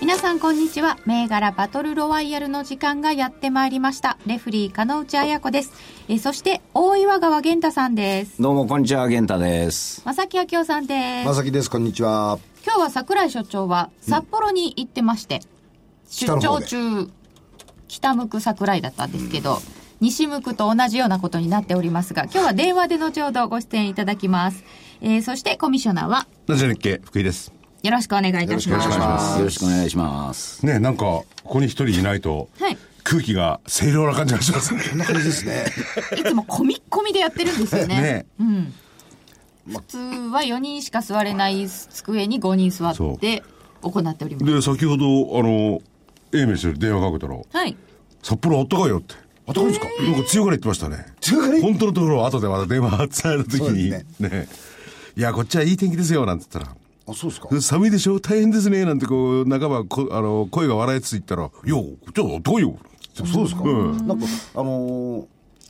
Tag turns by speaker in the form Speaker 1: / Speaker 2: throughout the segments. Speaker 1: 皆さんこんにちは銘柄バトルロワイヤルの時間がやってまいりましたレフリー加納内彩子ですえーそして大岩川源太さんです
Speaker 2: どうもこんにちは源太です
Speaker 1: 正木明夫さんです、
Speaker 3: まさきです、こんにちは。
Speaker 1: 今日は桜井所長は札幌に行ってまして、出
Speaker 3: 北の方
Speaker 1: 張
Speaker 3: で
Speaker 1: 中北向く桜井だったんですけど、西向くと同じようなことになっておりますが今日は電話で後ほどご出演いただきます、えーそしてコミッショナーは
Speaker 4: ラジオ日経福井です。
Speaker 1: よろしくお願いいたします
Speaker 3: よろしくお願いしま
Speaker 2: よろしくお願いします
Speaker 4: ねえなんか、ここに一人いないと、
Speaker 1: はい
Speaker 4: 空気が清涼な感じがし ますね。
Speaker 3: こんな感じですね。
Speaker 1: いつも込み込みでやってるんですよね
Speaker 4: ね
Speaker 1: うん、普通は4人しか座れない机に5人座
Speaker 4: そ
Speaker 1: って行っております
Speaker 4: で、先ほど、あの、英明氏に電話かけたら、
Speaker 1: はい
Speaker 4: 札幌あったかいよって。あったかいですかなんか強がら言ってましたね。
Speaker 3: 強がら言う
Speaker 4: 本当のところは後でまた電話伝えるとき
Speaker 3: そう
Speaker 4: に、
Speaker 3: で
Speaker 4: ねえいや、こっちはいい天気ですよ、なんて言ったら。
Speaker 3: あ、そうですか。
Speaker 4: 寒いでしょ大変ですねなんてこう半ばこあの声が笑いつつ言ったら「よこっちはどうよ
Speaker 3: そうですか。なんか、あのー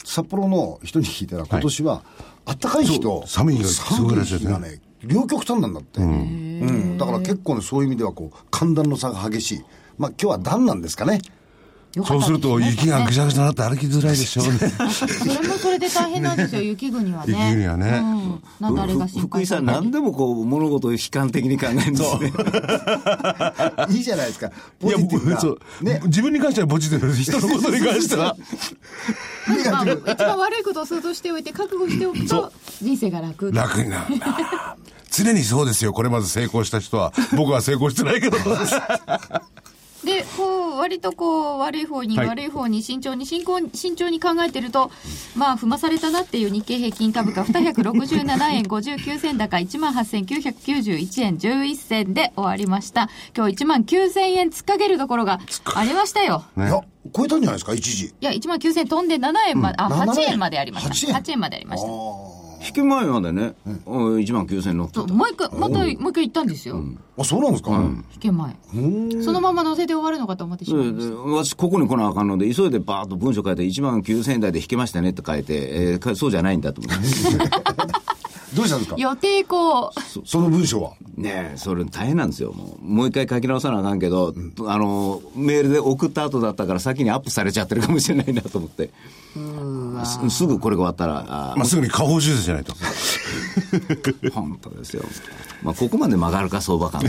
Speaker 3: 札幌の人に聞いたら、今年は、あったかい日と、
Speaker 4: そう寒い日がすごいらし
Speaker 3: 寒
Speaker 4: いですね
Speaker 3: 日がね、両極端なんだって。うん。だから結構ね、そういう意味では、こう、寒暖の差が激しい。まあ、今日は暖なんですか ね。
Speaker 1: よか
Speaker 4: そ
Speaker 1: っ
Speaker 4: う
Speaker 1: た
Speaker 4: すると
Speaker 1: ですね
Speaker 4: 雪がぐしゃぐしゃになって歩きづらいでしょうね
Speaker 1: それもそれで大変なんですよ雪国はね
Speaker 4: 雪国はね
Speaker 1: うん、雪崩が心
Speaker 2: 福
Speaker 1: 配
Speaker 2: 井
Speaker 1: さ
Speaker 2: さ
Speaker 1: れ
Speaker 2: ん
Speaker 1: たり
Speaker 2: 何でもこう物事を悲観的に考えるんですね
Speaker 3: いいじゃないですか。
Speaker 4: い
Speaker 3: ポ
Speaker 4: や
Speaker 3: ジテ
Speaker 4: も
Speaker 3: ィブ
Speaker 4: う
Speaker 3: な
Speaker 4: そう、
Speaker 3: ね。
Speaker 4: 自分に関してはポジティブです人のことに関し ては
Speaker 3: ネガティブ
Speaker 1: まあ一番悪いことを想像しておいて覚悟しておくと人生が楽
Speaker 4: 楽になるんだ常にそうですよこれまず成功した人は僕は成功してないけど
Speaker 1: でこう割とこう悪い方に
Speaker 4: はい
Speaker 1: 悪い方に慎重に進行慎重に考えてると、まあ踏まされたなっていう日経平均株価267円59銭高18,991円11銭で終わりました今日1万9000円突っかけるところがありましたよ
Speaker 3: いや、超えたんじゃないですか、一時。
Speaker 1: いや1万9000円飛んで7円まで、あ
Speaker 3: 7
Speaker 1: 8円までありました
Speaker 3: 8
Speaker 1: 8円
Speaker 3: 円
Speaker 1: までありました
Speaker 2: 引け前までね、うん、1万9000乗って
Speaker 1: そう
Speaker 2: た
Speaker 1: もう一回またもう一回行ったんですよ、
Speaker 3: あ、そうなんですか。
Speaker 1: 引け前そのまま乗せて終わるのかと思ってし
Speaker 2: そ
Speaker 1: まい
Speaker 2: れ
Speaker 1: ま
Speaker 2: で
Speaker 1: した
Speaker 2: 私ここに来なあかんので急いでバーッと文章書いて1万9000円台で引けましたねって書いて、えーかそうじゃないんだと思って
Speaker 3: どうしたんですか
Speaker 1: 予定こう
Speaker 3: その文章は。
Speaker 2: ねえそれ大変なんですよもうもう一回書き直さなあかんけど、あのメールで送った後だったから先にアップされちゃってるかもしれないなと思ってすすぐこれが終わったらあ
Speaker 4: まあすぐに下方修正しないと
Speaker 2: 本当ですよ、まあ、ここまで曲がるか相場感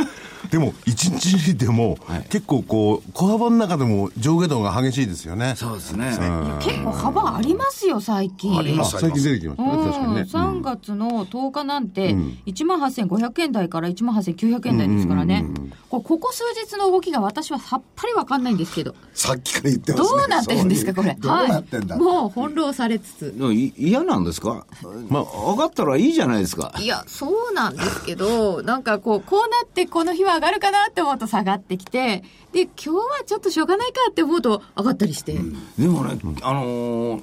Speaker 4: でも一日でも、
Speaker 2: はい
Speaker 4: 結構こう小幅の中でも上下動が激しいですよね
Speaker 2: そうですね、
Speaker 1: 結構幅ありますよ最近
Speaker 3: あります
Speaker 4: 最近出てきましたね確かにね
Speaker 1: 3月の10日なんて1万8500円台から1万8900円台ですからねこれここ数日の動きが私はさっぱりわかんないんですけど
Speaker 3: さっきから言ってます
Speaker 1: ど
Speaker 3: ね。
Speaker 1: うなってるんですかこ
Speaker 3: そう
Speaker 1: れ
Speaker 3: どうなってんだ。
Speaker 1: はいもう翻弄されつつ
Speaker 2: でもい嫌なんですか、まあ、上がったらいいじゃないですか
Speaker 1: いやそうなんですけどなんかこうこうなってこの日は上がるかなって思うと下がってきてで今日はちょっとしょうがないかって思うと上がったりして、
Speaker 2: でもね、あのー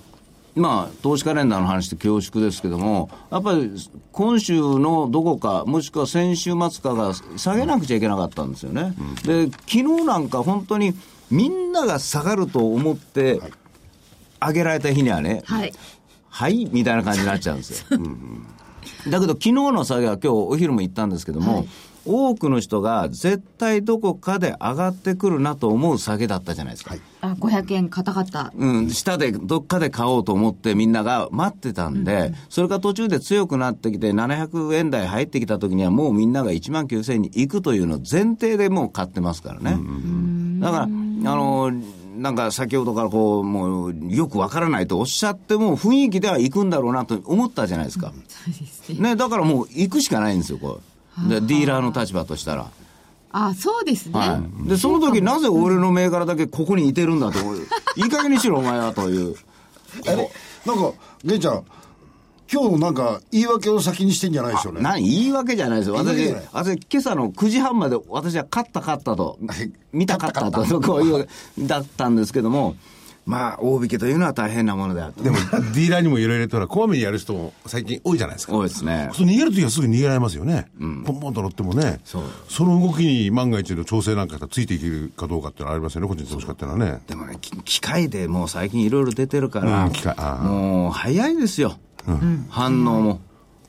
Speaker 2: まあ、投資カレンダーの話って恐縮ですけども、やっぱり今週のどこか、もしくは先週末かが下げなくちゃいけなかったんですよね。で、昨日なんか本当にみんなが下がると思って、上げられた日にはね、
Speaker 1: はい
Speaker 2: はいみたいな感じになっちゃうんですよ。だけど昨日の下げは今日お昼も言ったんですけども、多くの人が絶対どこかで上がってくるなと思う下げだったじゃないですか。
Speaker 1: あ500円硬かった
Speaker 2: うん、下でどっかで買おうと思ってみんなが待ってたんで、それが途中で強くなってきて700円台入ってきた時にはもうみんなが1万9000円に行くというのを前提でもう買ってますからね、だからあのなんか先ほどからこうもうよくわからないとおっしゃっても雰囲気では行くんだろうなと思ったじゃないですか、
Speaker 1: そうですね
Speaker 2: ね、だからもう行くしかないんですよこうでディーラーの立場としたら。
Speaker 1: あそうですね、
Speaker 2: はい、でその時なぜ俺の銘柄だけここにいてるんだ といい加減にしろお前はという
Speaker 3: あれなんか、玄ちゃん、今日なんか言い訳を先にしてんじゃないですよね。
Speaker 2: 何言い訳じゃないですよ。
Speaker 3: 言い
Speaker 2: 私
Speaker 3: 訳じゃない、
Speaker 2: 私、今朝の9時半まで私は勝った勝った と
Speaker 3: はい、
Speaker 2: 見たかった
Speaker 3: 勝
Speaker 2: と、そ
Speaker 3: った勝った
Speaker 2: こういう、だったんですけども、まあ、大引けというのは大変なものであって。
Speaker 4: でも、ディーラーにもいろいろとら、こまめにやる人も最近多いじゃないですか。
Speaker 2: 多いですね。
Speaker 4: そう逃げるときはすぐ逃げられますよね。ポンポンと乗ってもね。
Speaker 2: そう
Speaker 4: その動きに万が一の調整なんかがついていけるかどうかっていうのはありますよね、個人投資家っていうのはね。
Speaker 2: でもね、き機械でもう最近いろいろ出てるから、
Speaker 4: うん機械あー
Speaker 2: もう早いですよ、反応も。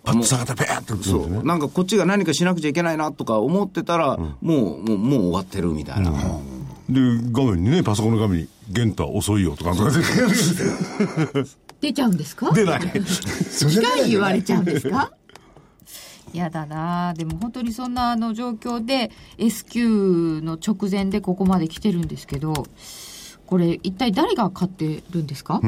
Speaker 4: パッツァがたペーって打つんですね。
Speaker 2: なんかこっちが何かしなくちゃいけないなとか思ってたら、もう、もう、もう終わってるみたいな。
Speaker 4: で、画面にね、パソコンの画面に、ゲンタ遅いよとか、なんか
Speaker 1: 出ちゃうんですか
Speaker 4: 出ない。
Speaker 1: 機械言われちゃうんですか やだなあでも本当にそんなあの状況で S q の直前でここまで来てるんですけどこれ一体誰が買ってるんですか、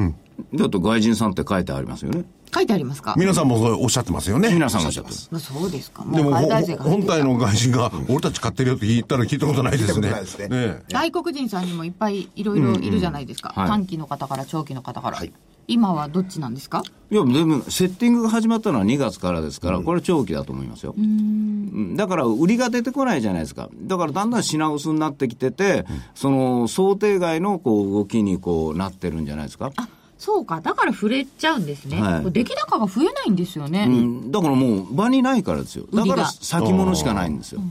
Speaker 2: だって外人さんって書いてありますよね。
Speaker 1: 書いてありますか、
Speaker 4: 皆さんもそうおっしゃってますよね。
Speaker 2: 皆さんがおっしゃってる。
Speaker 1: まあ、そうですか
Speaker 4: で
Speaker 1: もう
Speaker 4: も、
Speaker 1: 海
Speaker 4: ほ
Speaker 1: 外勢が入ってき
Speaker 4: 本
Speaker 1: た
Speaker 4: 体の外人が、俺たち買ってるよって言ったら聞いたことないです
Speaker 3: 聞いたこ
Speaker 4: ね。
Speaker 3: とないですね
Speaker 4: ね
Speaker 1: 外国人さんにもいっぱいいろいろいるじゃないですか、
Speaker 2: はい
Speaker 1: 短期の方から長期の方から、今はどっちなんですか
Speaker 2: いや、でも、セッティングが始まったのは2月からですから、これ長期だと思いますよ。うんだから、売りが出てこないじゃないですか。だから、だんだん品薄になってきてて、その、想定外のこう動きにこうなってるんじゃないですか。
Speaker 1: あそうかだから触れちゃうんですね、
Speaker 2: はい
Speaker 1: これ出来高が増えないんですよね、
Speaker 2: うん、だからもう、場にないからですよ。だ
Speaker 1: 売り
Speaker 2: か
Speaker 1: が
Speaker 2: ら、先物しかないんですよ。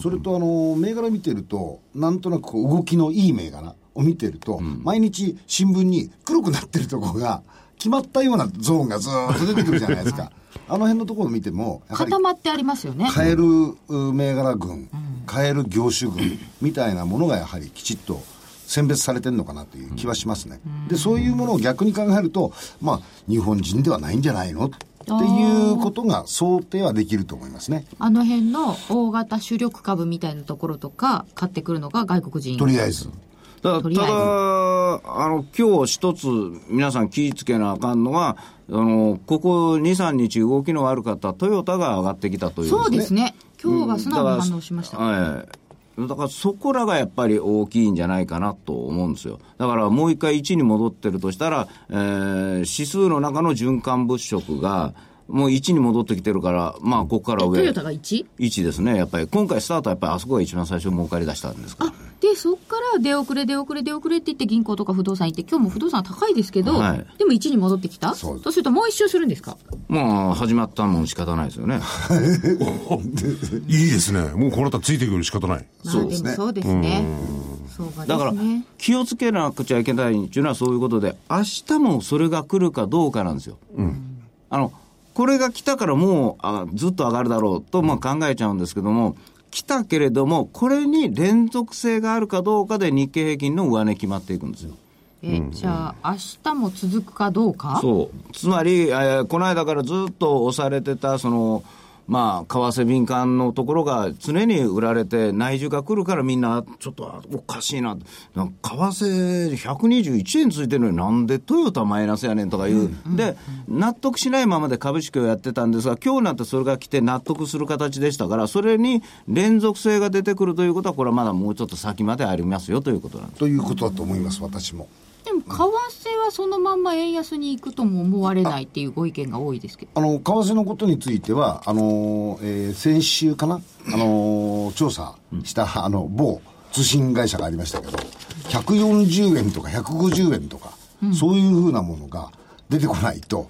Speaker 3: それとあの銘柄見てるとなんとなくこう動きのいい銘柄を見てると、毎日新聞に黒くなってるところが決まったようなゾーンがずーっと出てくるじゃないで すかあの辺のところを見てもやはり
Speaker 1: 固まってありますよね
Speaker 3: 買えるう銘柄群、買える業種群みたいなものがやはりきちっと選別されてるのかなという気はしますね、でそういうものを逆に考えるとまあ日本人ではないんじゃないのっていうことが想定はできると思いますね
Speaker 1: あの辺の大型主力株みたいなところとか買ってくるのが外国人
Speaker 3: とりあえず
Speaker 2: た
Speaker 1: と
Speaker 2: だた
Speaker 1: りあえ
Speaker 2: だ
Speaker 1: ず
Speaker 2: あの今日一つ皆さん気ぃつけなあかんのはあのここ23日動きの悪かったトヨタが上がってきたという
Speaker 1: そうですね今日は
Speaker 2: うん
Speaker 1: 素
Speaker 2: だか
Speaker 1: 直
Speaker 2: ら
Speaker 1: に反応しました、
Speaker 2: ええだからそこらがやっぱり大きいんじゃないかなと思うんですよ。だからもう一回1に戻ってるとしたら、えー指数の中の循環物色が、もう1に戻ってきてるから、まあ、ここから
Speaker 1: えト
Speaker 2: 上
Speaker 1: ヨ。タが1
Speaker 2: 1ですね、やっぱり。今回スタートはやっぱりあそこが一番最初儲かり出したんですから
Speaker 1: あでそこから出遅れ出遅れ出遅れって言って銀行とか不動産行って今日も不動産は高いですけど、
Speaker 2: はい
Speaker 1: でも1に戻ってきた
Speaker 3: そう
Speaker 1: するともう一周するんですか
Speaker 2: まあ、始まったもん仕方ないですよね。
Speaker 4: いいですね。もうこの後ついてくる仕方ない。
Speaker 1: そうですね,、まあ、でもそうですねそうかで
Speaker 2: だから
Speaker 1: すね、
Speaker 2: 気をつけなくちゃいけないっていうのはそういうことで、明日もそれが来るかどうかなんですよ。あの、これが来たからもうあずっと上がるだろうと、まあ、考えちゃうんですけども、来たけれども、これに連続性があるかどうかで日経平均の上値決まっていくんですよ。
Speaker 1: えじゃあ明日も続くかどうか
Speaker 2: そう。つまり、えーこの間からずっと押されてた、その、まあ、為替敏感のところが常に売られて、内需が来るからみんな、ちょっとあおかしいな、なんか為替121円ついてるのになんでトヨタマイナスやねんとかいう、で、納得しないままで株式をやってたんですが、今日になってそれが来て納得する形でしたから、それに連続性が出てくるということは、これはまだもうちょっと先までありますよということなんです。
Speaker 3: ということだと思います私も
Speaker 1: でも為替はそのまんま円安に行くとも思われないっていうご意見が多いですけど
Speaker 3: あの為替のことについてはあの、えー先週かな、あの調査したあの某通信会社がありましたけど140円とか150円とか、そういうふうなものが出てこないと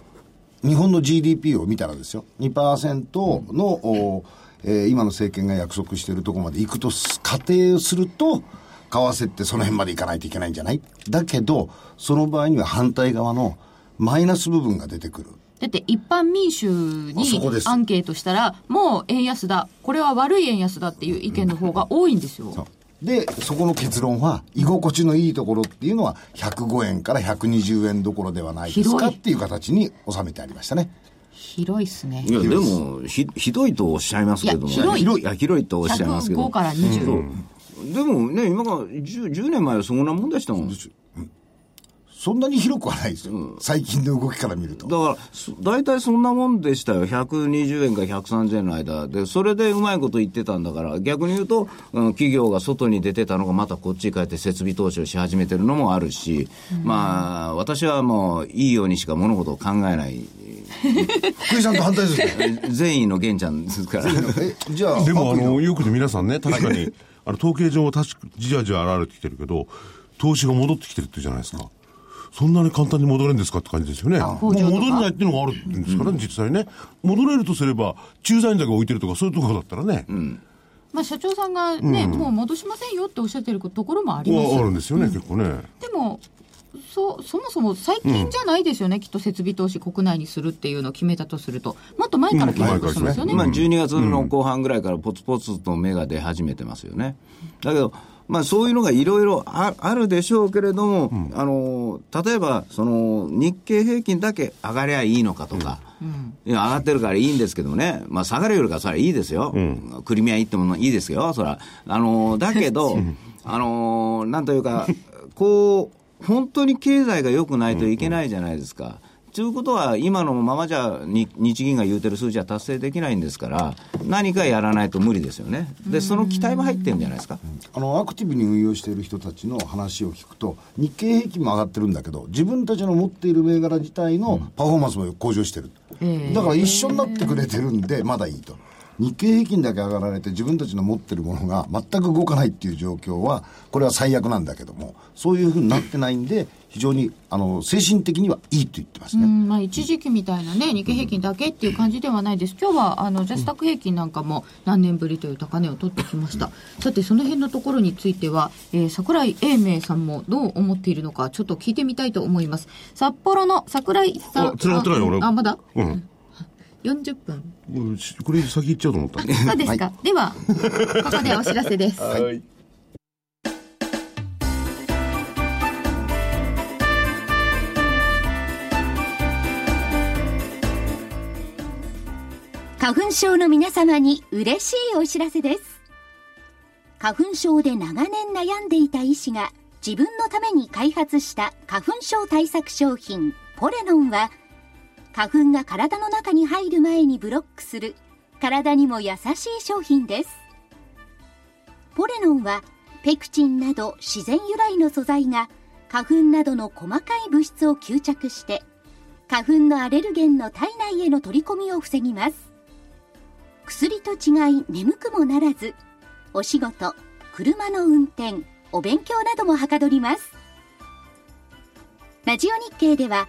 Speaker 3: 日本の GDP を見たらですよ2%の、おえー今の政権が約束しているところまで行くとす仮定すると為替ってその辺まで行かないといけないんじゃないだけどその場合には反対側のマイナス部分が出てくる。
Speaker 1: だって一般民衆
Speaker 3: あそ
Speaker 1: に
Speaker 3: こです
Speaker 1: アンケートしたらもう円安だこれは悪い円安だっていう意見の方が多いんですよ
Speaker 3: で、そこの結論は、居心地のいいところっていうのは、105円から120円どころではないですか
Speaker 1: 広い
Speaker 3: っていう形に収めてありましたね。
Speaker 1: 広いっすね
Speaker 2: いや、でも、ひ、ひどいとおっしゃいますけども。
Speaker 1: いや広い
Speaker 2: や、広いとおっしゃいますけど。
Speaker 1: 105から20、
Speaker 2: でもね、今が 10, 10年前はそんなもんでしたもん。だか
Speaker 3: そんなに広くはないですよ。最近の動きから見ると。
Speaker 2: ら、そ大体そんなもんでしたよ。120円から130円の間で、それでうまいこと言ってたんだから、逆に言うと、うん企業が外に出てたのがまたこっちに帰って設備投資をし始めてるのもあるし、まあ、私はもういいようにしか物事を考えない
Speaker 3: 福井さんと反対ですよ ね。
Speaker 2: 善意の玄ちゃんですから。
Speaker 3: え、じゃあ、
Speaker 4: でもあ
Speaker 3: 悪意
Speaker 4: のよくね皆さんね確かにあの統計上確かじわじわ現れてきてるけど投資が戻ってきてるってじゃないですかそんなに簡単に戻れるんですかって感じですよねもう
Speaker 1: 工場とか
Speaker 4: 戻れないっていうのがあるんですからね、実際ね戻れるとすれば駐在員だけ置いてるとかそういうところだったらね、
Speaker 1: まあ、社長さんがね、もう戻しませんよっておっしゃってるところもありま
Speaker 4: はあ
Speaker 1: す
Speaker 4: るんですよね、結構ね
Speaker 1: でもそそもそも最近じゃないですよね、きっと設備投資国内にするっていうのを決めたとするともっと前から計画してますよね、
Speaker 2: まあ、12月の後半ぐらいからポツポツと芽が出始めてますよね。だけど、まあ、そういうのがいろいろああるでしょうけれども、あの例えばその日経平均だけ上がりゃいいのかとか、いや上がってるからいいんですけどね、まあ、下がるよりかはそれはいいですよ、クリミア行ってもいいですよ、そらあのだけど、あのなんというか、こう、本当に経済が良くないといけないじゃないですか。ということは、今のままじゃに日銀が言うてる数字は達成できないんですから、何かやらないと無理ですよね、でその期待も入ってるんじゃないですか、
Speaker 3: あのアクティブに運用している人たちの話を聞くと日経平均も上がってるんだけど自分たちの持っている銘柄自体のパフォーマンスも向上してる、だから一緒になってくれてるんでまだいいと日経平均だけ上がられて自分たちの持ってるものが全く動かないっていう状況はこれは最悪なんだけどもそういうふうになってないんで非常にあの精神的にはいいと言ってます
Speaker 1: う
Speaker 3: ね、
Speaker 1: んまあ、一時期みたいなね、日経平均だけっていう感じではないです、今日はあのジャスタック平均なんかも何年ぶりという高値を取ってきました、さて、その辺のところについては、えー桜井英明さんもどう思っているのか、ちょっと聞いてみたいと思います。札幌の桜井さん
Speaker 4: あ繋がってないよ俺
Speaker 1: ああまだ
Speaker 4: うん、
Speaker 1: 40分
Speaker 4: うんしこれ先行っちゃうと思ったんで
Speaker 1: そうですか、ではここでお知らせです、
Speaker 5: 花粉症の皆様に嬉しいお知らせです。花粉症で長年悩んでいた医師が自分のために開発した花粉症対策商品ポレノンは花粉が体の中に入る前にブロックする体にも優しい商品です。ポレノンはペクチンなど自然由来の素材が花粉などの細かい物質を吸着して花粉のアレルゲンの体内への取り込みを防ぎます。薬と違い眠くもならずお仕事車の運転お勉強などもはかどりますラジオ日経では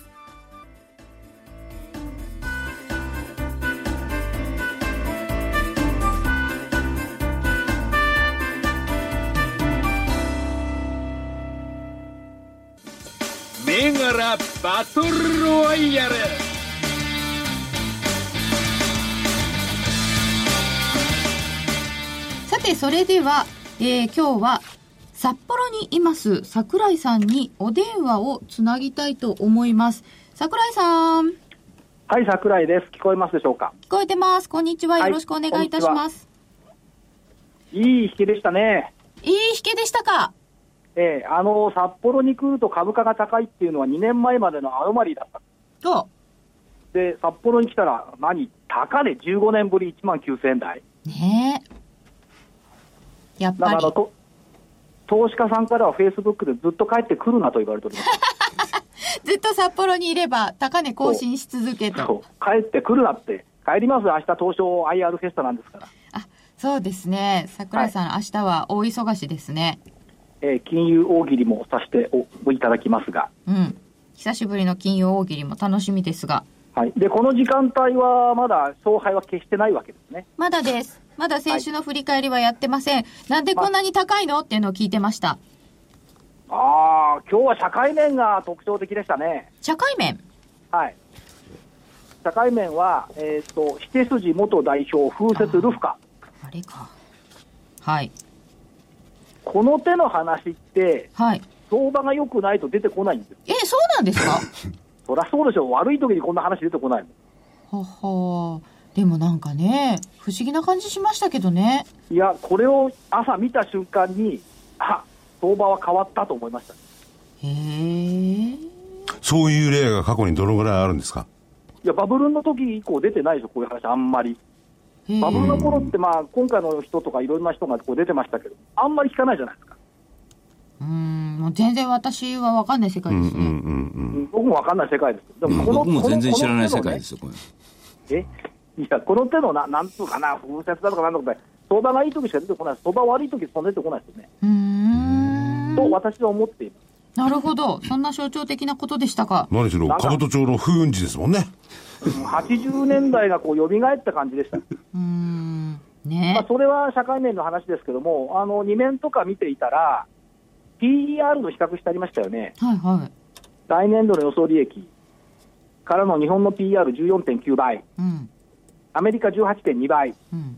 Speaker 6: 銘柄バトルロワイヤル
Speaker 1: さてそれでは、えー今日は札幌にいます桜井さんにお電話をつなぎたいと思います桜井さん聞
Speaker 7: はい、桜井です。聞こえますでしょうか。
Speaker 1: こえてますこんにちは
Speaker 7: は
Speaker 1: よ
Speaker 7: い
Speaker 1: ろしくお願いいたします、
Speaker 7: いい引きでしたね。
Speaker 1: い、い引けでしたか
Speaker 7: ええあの、札幌に来ると株価が高いっていうのは2年前までのアノマリーだった。
Speaker 1: と
Speaker 7: で、札幌に来たら、何高値15年ぶり1万9000円台。
Speaker 1: ねえやっ
Speaker 7: だか
Speaker 1: ぱ
Speaker 7: らあ
Speaker 1: り
Speaker 7: の、と投資家さんからはフェイスブックでずっと帰ってくるなと言われております。
Speaker 1: ずっと札幌にいれば高値更新し続け
Speaker 7: そ
Speaker 1: と
Speaker 7: う帰ってくるなって。帰ります、明日東証 IR フェスタなんですから。
Speaker 1: あそうですね桜井さん、明日は大忙しですね
Speaker 7: ええ金融大喜利もさせておいただきますが。
Speaker 1: うん久しぶりの金曜大喜利も楽しみですが
Speaker 7: はい。で、この時間帯はまだ勝敗は決してないわけですね。
Speaker 1: まだです。まだ先週の振り返りはやってません。なんでこんなに高いのっていうのを聞いてました。
Speaker 7: ああ、今日は社会面が特徴的でしたね。
Speaker 1: 社会面。
Speaker 7: はい。社会面は、えっ、と、七筋元代表、風雪ルフカ。
Speaker 1: あれか。はい。
Speaker 7: この手の話って、
Speaker 1: はい。
Speaker 7: 相場が良くないと出てこないんですよ。
Speaker 1: え、そうなんですか
Speaker 7: そりゃそうでしょ。悪い時にこんな話出てこないもん。
Speaker 1: ははでもなんかね不思議な感じしましたけどね
Speaker 7: いや、これを朝見た瞬間に、あ相場は変わったと思いました。
Speaker 1: へえ
Speaker 4: そういう例が過去にどのぐらいあるんですか
Speaker 7: いや、バブルの時以降出てないですよ、こういう話、あんまり。
Speaker 1: へえ
Speaker 7: バブルの頃って、まあ、今回の人とかいろんな人がこう出てましたけど、あんまり聞かないじゃないですか。
Speaker 1: うんもう全然私は分かんない世界ですね、
Speaker 4: うんうんうん。
Speaker 7: 僕もわかんない世界です。で
Speaker 2: うん
Speaker 7: この
Speaker 2: 僕も全然
Speaker 7: この
Speaker 2: 知らない世
Speaker 7: この手の
Speaker 2: 界
Speaker 7: ね
Speaker 2: ですよ、これ。
Speaker 7: えいや、この手のな、なんつうかな、風説だとかなんとかで、相場がいい時しか出てこない、相場悪い時しか出てこないですよね。
Speaker 1: うーん
Speaker 7: と私は思っていま
Speaker 1: なるほどそんな象徴的なことでしたか
Speaker 4: 何しろ、
Speaker 7: なんか
Speaker 4: 兜町の風雲児ですもんね。
Speaker 7: す。80年代がこう蘇った感じでした。
Speaker 1: うーん
Speaker 7: ま
Speaker 1: ね
Speaker 7: あ、それは社会面の話ですけども、あの2面とか見ていたら、PER の比較してありましたよね、
Speaker 1: はいはい
Speaker 7: 来年度の予想利益からの日本の PER14.9 倍、
Speaker 1: うん
Speaker 7: アメリカ18.2倍、
Speaker 1: うん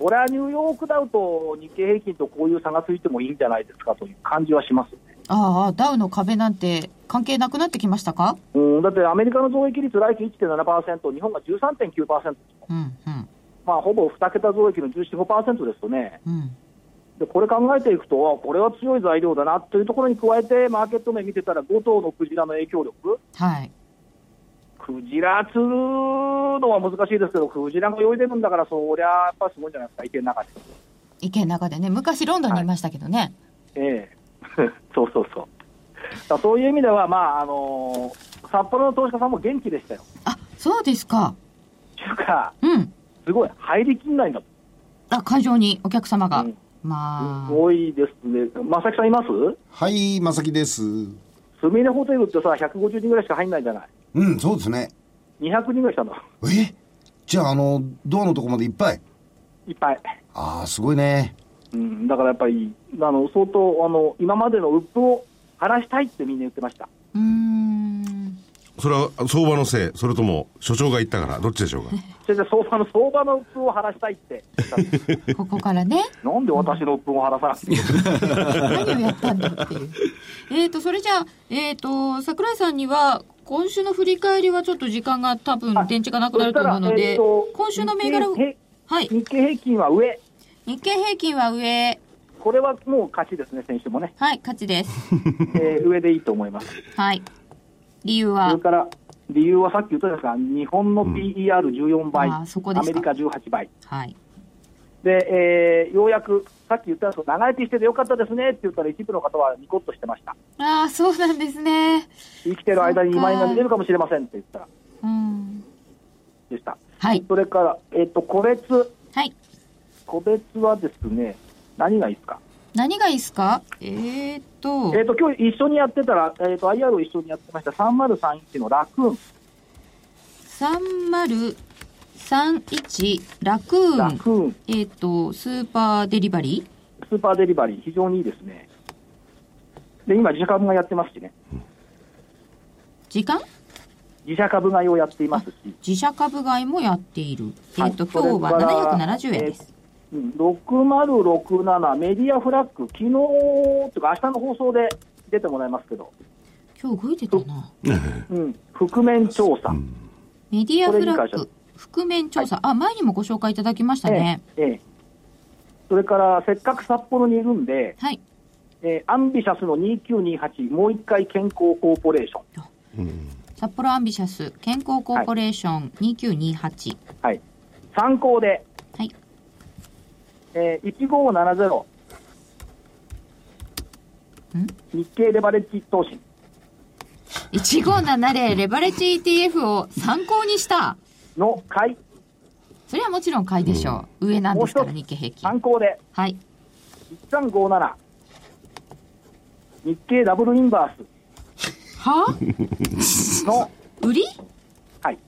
Speaker 7: これはニューヨークダウと日経平均とこういう差がついてもいいんじゃないですかという感じはしますよね。
Speaker 1: ああダウの壁なんて関係なくなってきましたか
Speaker 7: うんだってアメリカの増益率、来期1.7%、日本が13.9%ですよ、
Speaker 1: うんうん
Speaker 7: まあ、ほぼ2桁増益の14、5%ですとね、
Speaker 1: うん
Speaker 7: でこれ考えていくと、あこれは強い材料だなというところに加えて、マーケット面見てたら、5頭のクジラの影響力、
Speaker 1: はい
Speaker 7: クジラ釣るのは難しいですけど、クジラが泳いでるんだから、そりゃやっぱすごいんじゃないですか、池の中で。
Speaker 1: 意見の中でね昔ロンドンにいましたけどね、
Speaker 7: ええ、 そうそうそう。だからそういう意味では、まああのー札幌の投資家さんも元気でしたよ。
Speaker 1: あそうですか
Speaker 7: というか、
Speaker 1: うん
Speaker 7: すごい、入りきんないんだ
Speaker 1: あ会場にお客様が、
Speaker 7: うん
Speaker 1: まあ
Speaker 7: すごいですね。正木さんいます
Speaker 3: はい、まさきです。う
Speaker 7: スミレホテルってさ、150人ぐらいしか入んないじゃない。
Speaker 3: ん、そうですね。
Speaker 7: 200人ぐらいしたの。
Speaker 3: えじゃあ、あの、銅のとこまでいっぱい。
Speaker 7: いっぱい。
Speaker 3: ああ、すごいね。
Speaker 7: うん、だからやっぱり、あの相当あの、今までの鬱憤を晴らしたいってみんな言ってました。
Speaker 1: うーん
Speaker 4: それは相場のせい、それとも所長が言ったから、どっちでしょうか。
Speaker 7: 先生、相場の相場の鬱憤を晴らしたいって 言ったんです
Speaker 1: ここから ね
Speaker 7: なんで私の鬱憤を晴らさなくていいの
Speaker 1: 何をやったんだっていうえっとそれじゃあえっ、と桜井さんには今週の振り返りはちょっと時間が多分電池がなくなると思うので、
Speaker 7: そしたらえーと
Speaker 1: 今週の銘柄を
Speaker 7: 日経
Speaker 1: はい
Speaker 7: 日経平均は上、
Speaker 1: 日経平均は上、
Speaker 7: これはもう勝ちですね、先週もね
Speaker 1: はい勝ちです
Speaker 7: えー上でいいと思います。
Speaker 1: はい理由
Speaker 7: そ
Speaker 1: は
Speaker 7: れから理由はさっき言ったじゃないですか、日本の PER14 倍、
Speaker 1: あーそこで
Speaker 7: ア
Speaker 1: す
Speaker 7: メ
Speaker 1: か
Speaker 7: リカ18倍。
Speaker 1: はい
Speaker 7: で、えーようやく、さっき言ったんですけど長生きしててよかったですねって言ったら、一部の方はニコッとしてました。
Speaker 1: ああそうなんですね
Speaker 7: 生きてる間に2万円が出れるかもしれませんって言ったら、
Speaker 1: うん
Speaker 7: でした。
Speaker 1: はい
Speaker 7: それから、えっ、と、個別、
Speaker 1: はい
Speaker 7: 個別はですね、何がいいですか
Speaker 1: 何がいいですかえっ、と
Speaker 7: えっ、と、今日一緒にやってたら、えっ、と、IR を一緒にやってました3031のラクーン。
Speaker 1: 3031ラクー
Speaker 7: ラ
Speaker 1: ン、
Speaker 7: クーン、
Speaker 1: えっ、と、スーパーデリバリ
Speaker 7: スーパーデリバリー、非常にいいですね。で、今、自社株がやってますしね。
Speaker 1: ー時間
Speaker 7: 自社株買いをやっていますし、
Speaker 1: 自社株買いもやっている。
Speaker 7: はい
Speaker 1: えっ、と、
Speaker 7: それ
Speaker 1: 今日
Speaker 7: から
Speaker 1: は770円です。
Speaker 7: うん、6067メディアフラッグ、昨日、というか明日の放送で出てもらいますけど、
Speaker 1: 今日動いてたな。
Speaker 7: うん、覆面調査。
Speaker 1: メディアフラッ
Speaker 7: これいい会社
Speaker 1: グ、覆面調査、あ、前にもご紹介いただきましたね。
Speaker 7: ええええそれから、せっかく札幌にいるんで、
Speaker 1: はい。
Speaker 7: えーアンビシャスの2928、もう一回健康コーポレーション、
Speaker 1: 札幌アンビシャス健康コーポレーション2928。
Speaker 7: はい、参考で、
Speaker 1: はい。
Speaker 7: えー、1570
Speaker 1: ん、
Speaker 7: 日経レバレッジ投資、
Speaker 1: 1570レバレッジ ETF を参考にした。
Speaker 7: の買い、
Speaker 1: それはもちろん買いでしょう。上なんですから、
Speaker 7: もう一
Speaker 1: 日経平均
Speaker 7: 参。考で、
Speaker 1: はい。
Speaker 7: 1357、日経ダブルインバー
Speaker 1: は あ
Speaker 7: ス の、
Speaker 1: 売り
Speaker 7: はい、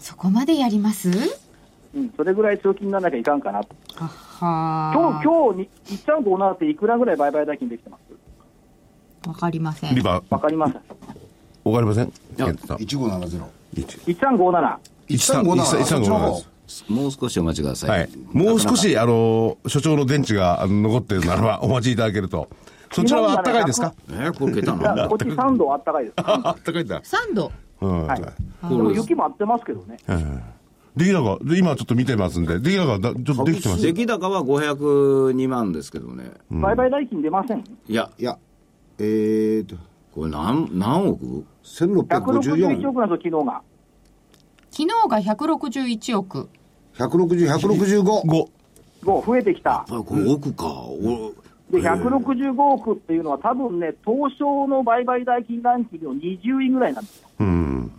Speaker 1: そこまでやります
Speaker 7: うん、それぐらい通勤にならなきゃいかんかなと、
Speaker 1: はは
Speaker 7: 今日今日に1357っていくらぐらい売買代金できてます
Speaker 1: わかりませ
Speaker 4: リ
Speaker 1: ん。
Speaker 4: バー、
Speaker 7: わ
Speaker 4: わか
Speaker 7: かります
Speaker 4: りません
Speaker 2: や
Speaker 3: 1570。
Speaker 7: ?1357、
Speaker 3: 1357
Speaker 4: 一三五七です
Speaker 2: もう少しお待ちください。
Speaker 4: はい。もう少し、あの、所長の電池があの残っているならば、お待ちいただけると。そちらはあったかいですか
Speaker 2: えー、これ下手
Speaker 7: いや
Speaker 2: な
Speaker 7: こっち3度あったかいです。
Speaker 4: ああったかいんだ。
Speaker 1: 3度。
Speaker 4: はい。
Speaker 7: でも雪もあってますけどね。
Speaker 4: ええ出来高、で今ちょっと見てますんで、出来高だ、ちょっとできてます
Speaker 2: 出。来高は502万ですけどね。
Speaker 7: 売買代金出ません。
Speaker 2: いや、
Speaker 3: いや、えーと、
Speaker 2: これ何、何億
Speaker 7: 161
Speaker 3: 1654。
Speaker 7: 億なんですよ、昨日が。
Speaker 1: 昨日が161億。
Speaker 3: 160、165。
Speaker 4: 五。
Speaker 7: もう増えてきた。
Speaker 2: あこれ億か。お
Speaker 7: で、165億っていうのは、多分ね、東証の売買代金ランキングの20位ぐらいなんですよ。
Speaker 4: うん。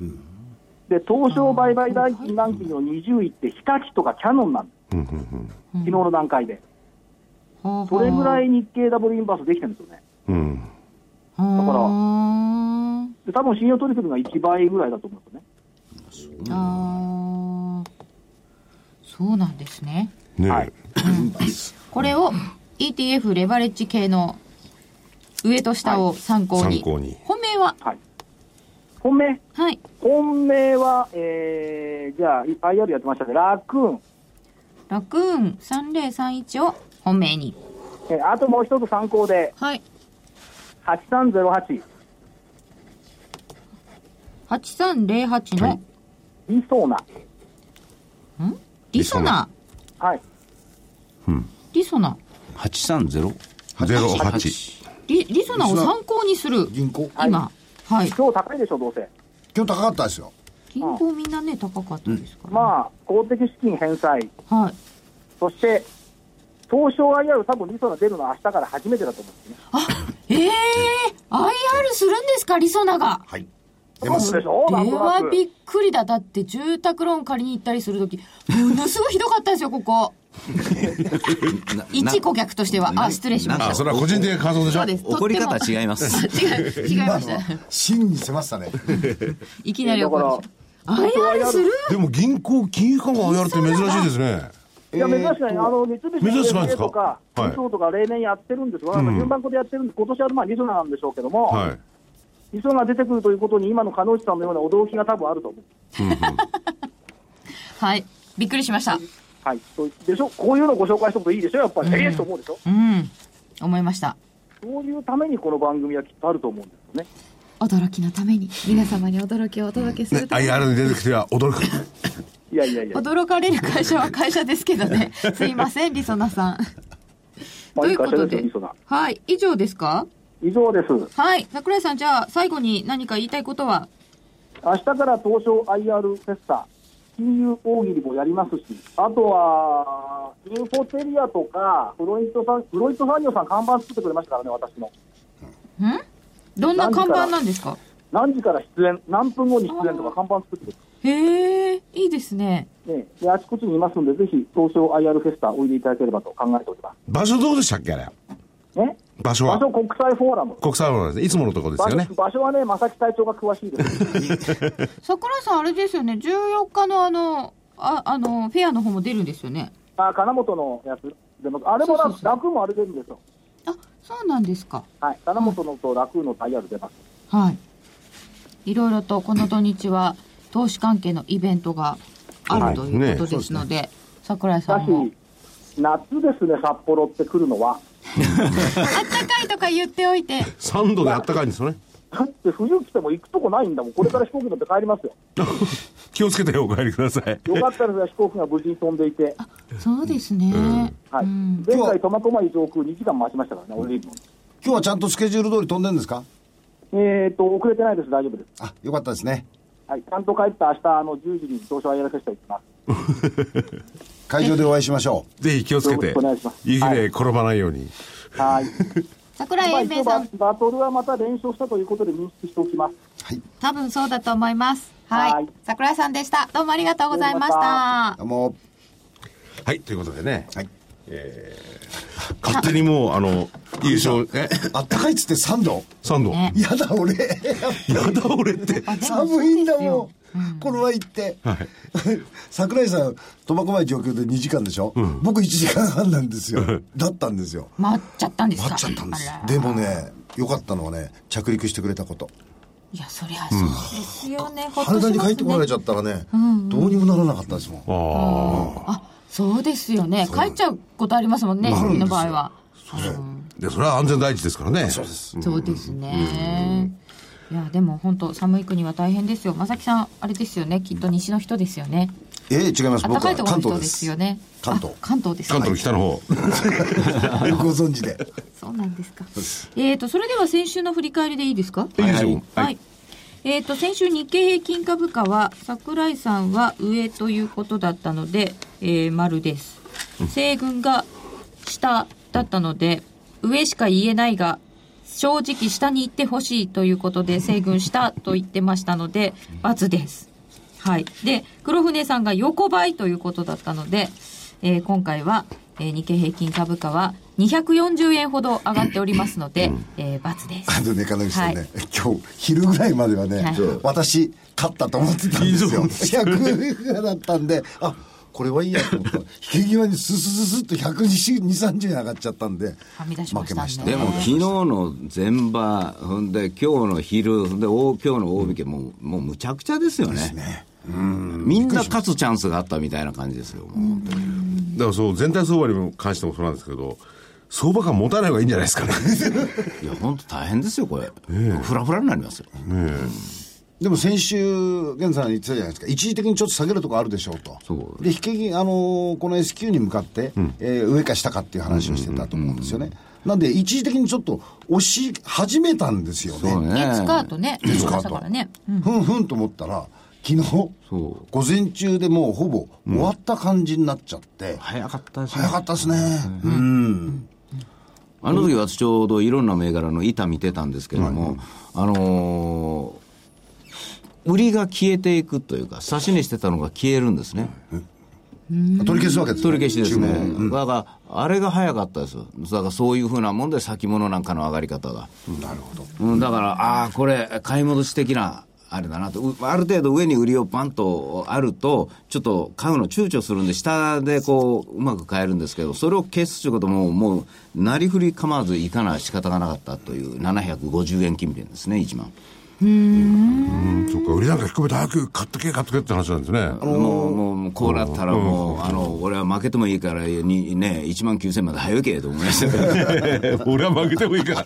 Speaker 7: で、東証売買代金ランキングの20位って、日立とかキャノンなんで
Speaker 4: う
Speaker 7: す、
Speaker 4: んうんうん
Speaker 7: 昨日の段階で。そ
Speaker 1: そ
Speaker 7: れぐら
Speaker 1: い。
Speaker 7: い日経ダブルインバースできてるんですよね。
Speaker 4: うん。
Speaker 1: だからあ
Speaker 7: で、多分信用取引分が1倍ぐらいだと思うんですよね。
Speaker 1: あー。そうなんですね。
Speaker 4: ねえ
Speaker 7: はい
Speaker 1: これを ETF レバレッジ系の上と下を参考に。
Speaker 4: 参考に
Speaker 1: 本命は
Speaker 7: はい。本命
Speaker 1: はい。
Speaker 7: 本命は、えー、じゃあ、IR やってましたね。ラクーン。
Speaker 1: ラクーン3031を本命に。
Speaker 7: えーあともう一つ参考で、
Speaker 1: はい。
Speaker 7: 8308。
Speaker 1: 8308の
Speaker 7: リソーナ。
Speaker 1: リソナ。
Speaker 7: はい。
Speaker 1: リソナ。
Speaker 2: 830?
Speaker 4: ゼロ八。
Speaker 1: リリソナを参考にする。
Speaker 3: 銀行。
Speaker 1: 今。はい。
Speaker 7: 今日高いでしょ、どうせ。
Speaker 3: 今日高かったですよ。
Speaker 1: 銀行みんなね、高かったですから、ね。
Speaker 7: まあ、公的資金返済、
Speaker 1: はい。
Speaker 7: そして、東証 IR、多分リソナ出るのは明日から初めてだと思うんですね。
Speaker 1: あ、ええー、IR するんですか、リソナが。
Speaker 3: はい。出ます
Speaker 7: そう。でしょな
Speaker 1: こ
Speaker 7: ん
Speaker 1: れ
Speaker 7: とな
Speaker 1: は
Speaker 7: く。
Speaker 1: びっくりだ。だって住宅ローン借りに行ったりするとき、ものすごいひどかったんですよ、ここ。一顧客としては。あ、失礼しました。
Speaker 4: あ、それは個人的な感想でし
Speaker 1: そ
Speaker 4: ょ
Speaker 1: うです。
Speaker 2: 怒り
Speaker 1: と
Speaker 2: 方
Speaker 1: っても
Speaker 2: 違います。
Speaker 1: 違い、違いました。
Speaker 3: 真に迫 ったね。
Speaker 1: いきなり
Speaker 7: だか
Speaker 1: 怒り
Speaker 7: ら
Speaker 1: まし、た。IR する
Speaker 4: でも銀行、金融機関が IR って珍しいですね。
Speaker 7: いや、珍しくない。あの、
Speaker 4: 珍
Speaker 7: 三
Speaker 4: し
Speaker 7: 菱
Speaker 4: くないんで
Speaker 7: UFJ
Speaker 4: すか
Speaker 7: とか、
Speaker 4: はい
Speaker 7: リソーとか例年やってるんですが、
Speaker 4: ん
Speaker 7: 順番こでやってるんで、今年はまあリソナなんでしょうけども、
Speaker 4: はい。
Speaker 7: 理想が出てくるということに、今の鹿内さんのような驚きが多分あると思う。
Speaker 1: はい。びっくりしました。
Speaker 7: はい。そうでしょこういうのをご紹介してもいいでしょやっぱり。ええと思うでしょ
Speaker 1: うん。思いました。
Speaker 7: そういうためにこの番組はきっとあると思うんですよね。
Speaker 1: 驚きのために、皆様に驚きをお届けするために。
Speaker 4: IR に出てきては驚く。
Speaker 7: いやいやいや。
Speaker 1: 驚かれる会社は会社ですけどね。すいません、リソナさん。と
Speaker 7: まあい
Speaker 1: い
Speaker 7: いう
Speaker 1: こ
Speaker 7: 会社
Speaker 1: と
Speaker 7: ですよ、
Speaker 1: で
Speaker 7: 理想が。。
Speaker 1: はい。以上ですか
Speaker 7: 以上です。
Speaker 1: はい。桜井さん、じゃあ、最後に何か言いたいことは
Speaker 7: 明日から東証 IR フェスタ、金融大喜利もやりますし、あとは、インフォテリアとか、フロイトさん、フロイト産業さん看板作ってくれましたからね、私の。
Speaker 1: どんな看板なんですか
Speaker 7: 何時から出演、何分後に出演とか看板作ってく
Speaker 1: へえ、いいですね。
Speaker 7: れる。ねえで、あちこちにいますんで、ぜひ東証 IR フェスタおいでいただければと考えておりま
Speaker 4: 場所どうでしたっけあれ。
Speaker 7: す。ね
Speaker 4: 場所
Speaker 7: 場
Speaker 4: は
Speaker 7: 所国際フォーラム。
Speaker 4: 国際フォーラムですね。いつものとこです
Speaker 7: 場
Speaker 4: よ
Speaker 7: 所
Speaker 4: ね。
Speaker 7: 場所はね、正木隊長が詳しいです。
Speaker 1: 桜井さん、あれですよね、14日のあの、ああの、フェアの方も出るんですよね。
Speaker 7: あ金本のやつでも、あれも
Speaker 1: そうそう
Speaker 7: 楽
Speaker 1: そう
Speaker 7: 楽もあれ出るんですよ。
Speaker 1: あ、そうなんですか。
Speaker 7: はい、金本のと楽のタイヤル出ます。
Speaker 1: はい。いろいろと、この土日は、投資関係のイベントがあるということですので、桜井さ
Speaker 7: だ
Speaker 1: んも。
Speaker 7: し、夏ですね、札幌って来るのは。
Speaker 1: あったかいとか言っておいて。
Speaker 4: 3度であったかいんですよね。
Speaker 7: だって冬来ても行くとこないんだもん。これから飛行機乗って帰りま すよ。
Speaker 4: 気をつけてお帰りください。
Speaker 7: よかったですね、飛行機が無事に飛んでいて。
Speaker 1: そうですね。
Speaker 7: はい。
Speaker 1: うん
Speaker 7: 前回、苫小牧上空2時間待ちましたからね、俺の。
Speaker 3: 今日はちゃんとスケジュール通り飛んでるんですか
Speaker 7: えーと、遅れてないです、大丈夫です。
Speaker 3: あ、よかったですね。
Speaker 7: はい。ちゃんと帰った明日、あの、10時に東証 IR フェスタ行きます。
Speaker 3: 会場でお会いしましょう。
Speaker 4: ぜひ気をつけて
Speaker 7: よろしくお願いしま。す
Speaker 4: 雪
Speaker 7: は
Speaker 4: で
Speaker 7: い
Speaker 4: 転ばないように。
Speaker 7: はい。
Speaker 1: 桜井
Speaker 7: まあ
Speaker 1: 英
Speaker 7: 一
Speaker 1: 明
Speaker 7: 応
Speaker 1: さ
Speaker 7: バ
Speaker 1: ん、
Speaker 7: バトルはまた連勝したということで認識しておきます。
Speaker 3: はい。
Speaker 1: 多分そうだと思います。はい。
Speaker 7: はい
Speaker 1: 桜井さんでした。どうもありがとうございまし
Speaker 7: どうも
Speaker 1: た。
Speaker 3: どうも。
Speaker 4: はい、ということでね。
Speaker 3: はい。
Speaker 4: 勝手にもう、あの、優勝、え、
Speaker 3: あったかいっつって3度
Speaker 4: 3度。
Speaker 1: ね
Speaker 3: やだ 俺。
Speaker 4: やだ俺って。
Speaker 3: 寒いんだもん。これは行 って。桜井さん、苫小牧上空で2時間でしょ僕1時間半なんですよ。だったんですよ。
Speaker 1: 待っちゃったんですか
Speaker 3: 待っちゃったんです
Speaker 1: あら。
Speaker 3: でもね、よかったのはね、着陸してくれたこと。
Speaker 1: いやそりゃそうですよね、ほっ
Speaker 3: 羽
Speaker 1: と
Speaker 3: 田
Speaker 1: し
Speaker 3: に
Speaker 1: ま
Speaker 3: 帰
Speaker 1: す
Speaker 3: ってこられ
Speaker 1: ね
Speaker 3: ちゃったらね、どうにもならなかったですもん。
Speaker 4: あ
Speaker 1: そうですよね帰っちゃうことありますもんね飛行機の場合は
Speaker 4: あ。で、それは安全第一ですからね。そうです。
Speaker 1: そうですねいやでも本当寒い国は大変ですよ正木さんあれですよねきっと西の人ですよね
Speaker 3: ええ違います。
Speaker 1: 暖
Speaker 3: 僕
Speaker 1: か
Speaker 3: はい
Speaker 1: ところ
Speaker 3: 関
Speaker 1: の人
Speaker 3: 東で
Speaker 1: ですすよ。ね
Speaker 3: 関東
Speaker 1: あ関東です
Speaker 4: 関東の北の方。
Speaker 3: よくご存知で。
Speaker 1: そうなんですか。えっ、と、それでは先週の振り返りでいいですか
Speaker 4: いいですよ
Speaker 1: はい。
Speaker 4: はい
Speaker 1: えっ、と、先週日経平均株価は、桜井さんは上ということだったので、えー、丸です。西軍が下だったので、上しか言えないが、正直下に行ってほしいということで、西軍下と言ってましたので、×です。はい。で、黒船さんが横ばいということだったので、えー今回は、えー日経平均株価は240円ほど上がっておりますので、えー、×です。
Speaker 3: あのね、金口さんね、
Speaker 1: はい
Speaker 3: 今日、昼ぐらいまではね、
Speaker 1: はい
Speaker 3: 私、勝ったと思ってたんですよ。100だったんで、あ、これはいいや と思った。引き際にススススッと120、30円上がっちゃったんで、
Speaker 1: はみ出しましたね
Speaker 2: でも昨日の前場、ほんで今日の昼、ほんでお今日の大引け、もうもうむちゃくちゃですよねみんな勝つチャンスがあったみたいな感じですよ、もう本当に
Speaker 4: だからそう、全体相場に関してもそうなんですけど、相場感持たない方がいいんじゃないですかね。
Speaker 2: いや、本当大変ですよ、これ、ふらふらになりますよ、
Speaker 3: でも先週、源さん言ってたじゃないですか、一時的にちょっと下げるとこあるでしょうと、
Speaker 2: そう
Speaker 3: で引き際あのーこの S q に向かって、えー上か下かっていう話をしてたと思うんですよね。なんで、一時的にちょっと押し始めたんですよね。
Speaker 2: そうね
Speaker 1: 月カートね、
Speaker 3: 月火と
Speaker 1: 朝からね。うん
Speaker 3: ふんふんと思ったら、昨日、午
Speaker 2: う
Speaker 3: 前中でもうほぼ終わった感じになっちゃって、
Speaker 2: 早かったですね
Speaker 3: 早かったですね。うん。
Speaker 2: あの時私ちょうどいろんな銘柄の板見てたんですけれども、あのー売りが消えていくというか、差し値してたのが消えるんですね、
Speaker 3: 取り消すわけですね
Speaker 2: 取り消しですね
Speaker 3: 注文、
Speaker 2: だから、あれが早かったですよ、だからそういうふうなもんで、先物なんかの上がり方が、
Speaker 3: なるほど。
Speaker 2: うん、だから、ああ、これ、買い戻し的な。あれだなとうある程度上に売りをパンとあると、ちょっと買うの躊躇するんで、下でこう、うまく買えるんですけど、それを消すということも、もう、なりふり構わずいかな仕方がなかったという、750円近辺ですね、1万。
Speaker 4: うん、そっか、売りなんか低めて早く買っとけ、買っとけって話なんですね。
Speaker 2: もう、もうもう、こうなったらもう、あの、俺は負けてもいいから、にね、1万9000まで早いけと思いましたけど
Speaker 4: 俺は負けてもいいから。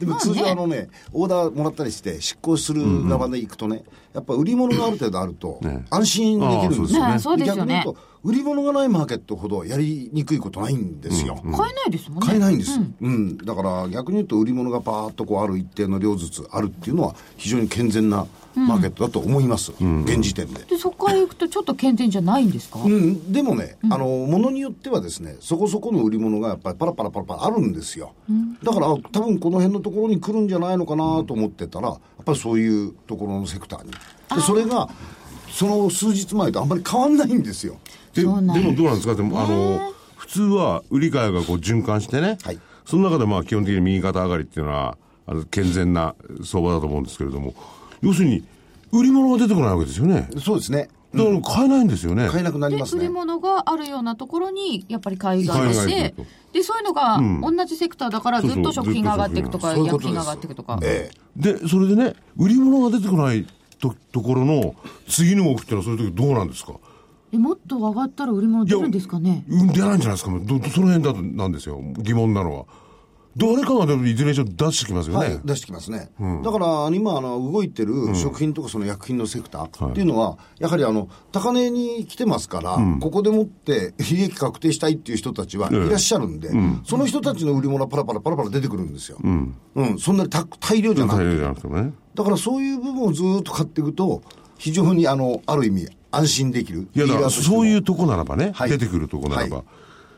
Speaker 3: でも通常あのね、オーダーもらったりして、執行する側で行くとね、やっぱ売り物がある程度あると、安心できるんですよ
Speaker 1: あ
Speaker 3: ね。
Speaker 1: あそうですよね
Speaker 3: 逆に言うと、売り物がないマーケットほどやりにくいことないんですよ。
Speaker 1: 買えないですもんね。
Speaker 3: 買えないんです、うんだから逆に言うと売り物がパーッとこうある一定の量ずつあるっていうのは非常に健全なマーケットだと思います、現時点で、
Speaker 1: で、そこから行くとちょっと健全じゃないんですか、
Speaker 3: うん、でもね、あのものによってはですねそこそこの売り物がやっぱりパラパラパラパラあるんですよ、だからあ多分この辺のところに来るんじゃないのかなと思ってたらやっぱりそういうところのセクターにでそれがその数日前とあんまり変わんないんですよ
Speaker 4: でで
Speaker 1: そう
Speaker 4: も
Speaker 1: なんです
Speaker 4: どうなんですかでもあの普通は売り買いがこう循環してね、
Speaker 3: はい
Speaker 4: その中でまあ基本的に右肩上がりっていうのはあの健全な相場だと思うんですけれども要するに売り物が出てこないわけですよね
Speaker 3: そうですね
Speaker 4: だから買えないんですよね、
Speaker 3: 買えなくなり
Speaker 1: で、
Speaker 3: ます
Speaker 1: 売
Speaker 3: ね
Speaker 1: り物があるようなところに、やっぱり買いが
Speaker 4: 買いが
Speaker 1: し
Speaker 4: 入っ
Speaker 1: て
Speaker 4: てくる、
Speaker 1: で、そういうのが同じセクターだから、
Speaker 4: そう
Speaker 1: ず
Speaker 4: そう
Speaker 1: っと食品が上がっていくとか、
Speaker 3: ずっと食
Speaker 1: 薬
Speaker 3: 品
Speaker 1: 品
Speaker 3: が
Speaker 1: が上が
Speaker 3: 上が
Speaker 1: っ
Speaker 3: っ
Speaker 1: てて
Speaker 3: い
Speaker 1: いく
Speaker 3: く
Speaker 1: とか。
Speaker 3: ええ
Speaker 4: でそれでね売り物が出てこないとところの次の動きっていうのはそういう時どうなんですか
Speaker 1: えもっと上がったら売り物出るんですかね
Speaker 4: うん出ないんじゃないですかどその辺だとなんですよ疑問なのは誰かがでもいずれにしろ出してきますよね、
Speaker 3: はい、出してきますね、だから今あの動いてる食品とかその薬品のセクターっていうのは、やはりあの高値に来てますから、ここでもって利益確定したいっていう人たちはいらっしゃるんで、その人たちの売り物はパラパラパラパラ出てくるんですよ、うんそんなにた大量じゃな
Speaker 4: 大
Speaker 3: くて、
Speaker 4: 量じゃなくてもね
Speaker 3: だからそういう部分をずーっと買っていくと、非常にあのある意味、安心できる、、
Speaker 4: いやだからそういううとこならばね、
Speaker 3: はい
Speaker 4: 出てくるとこならば、
Speaker 3: は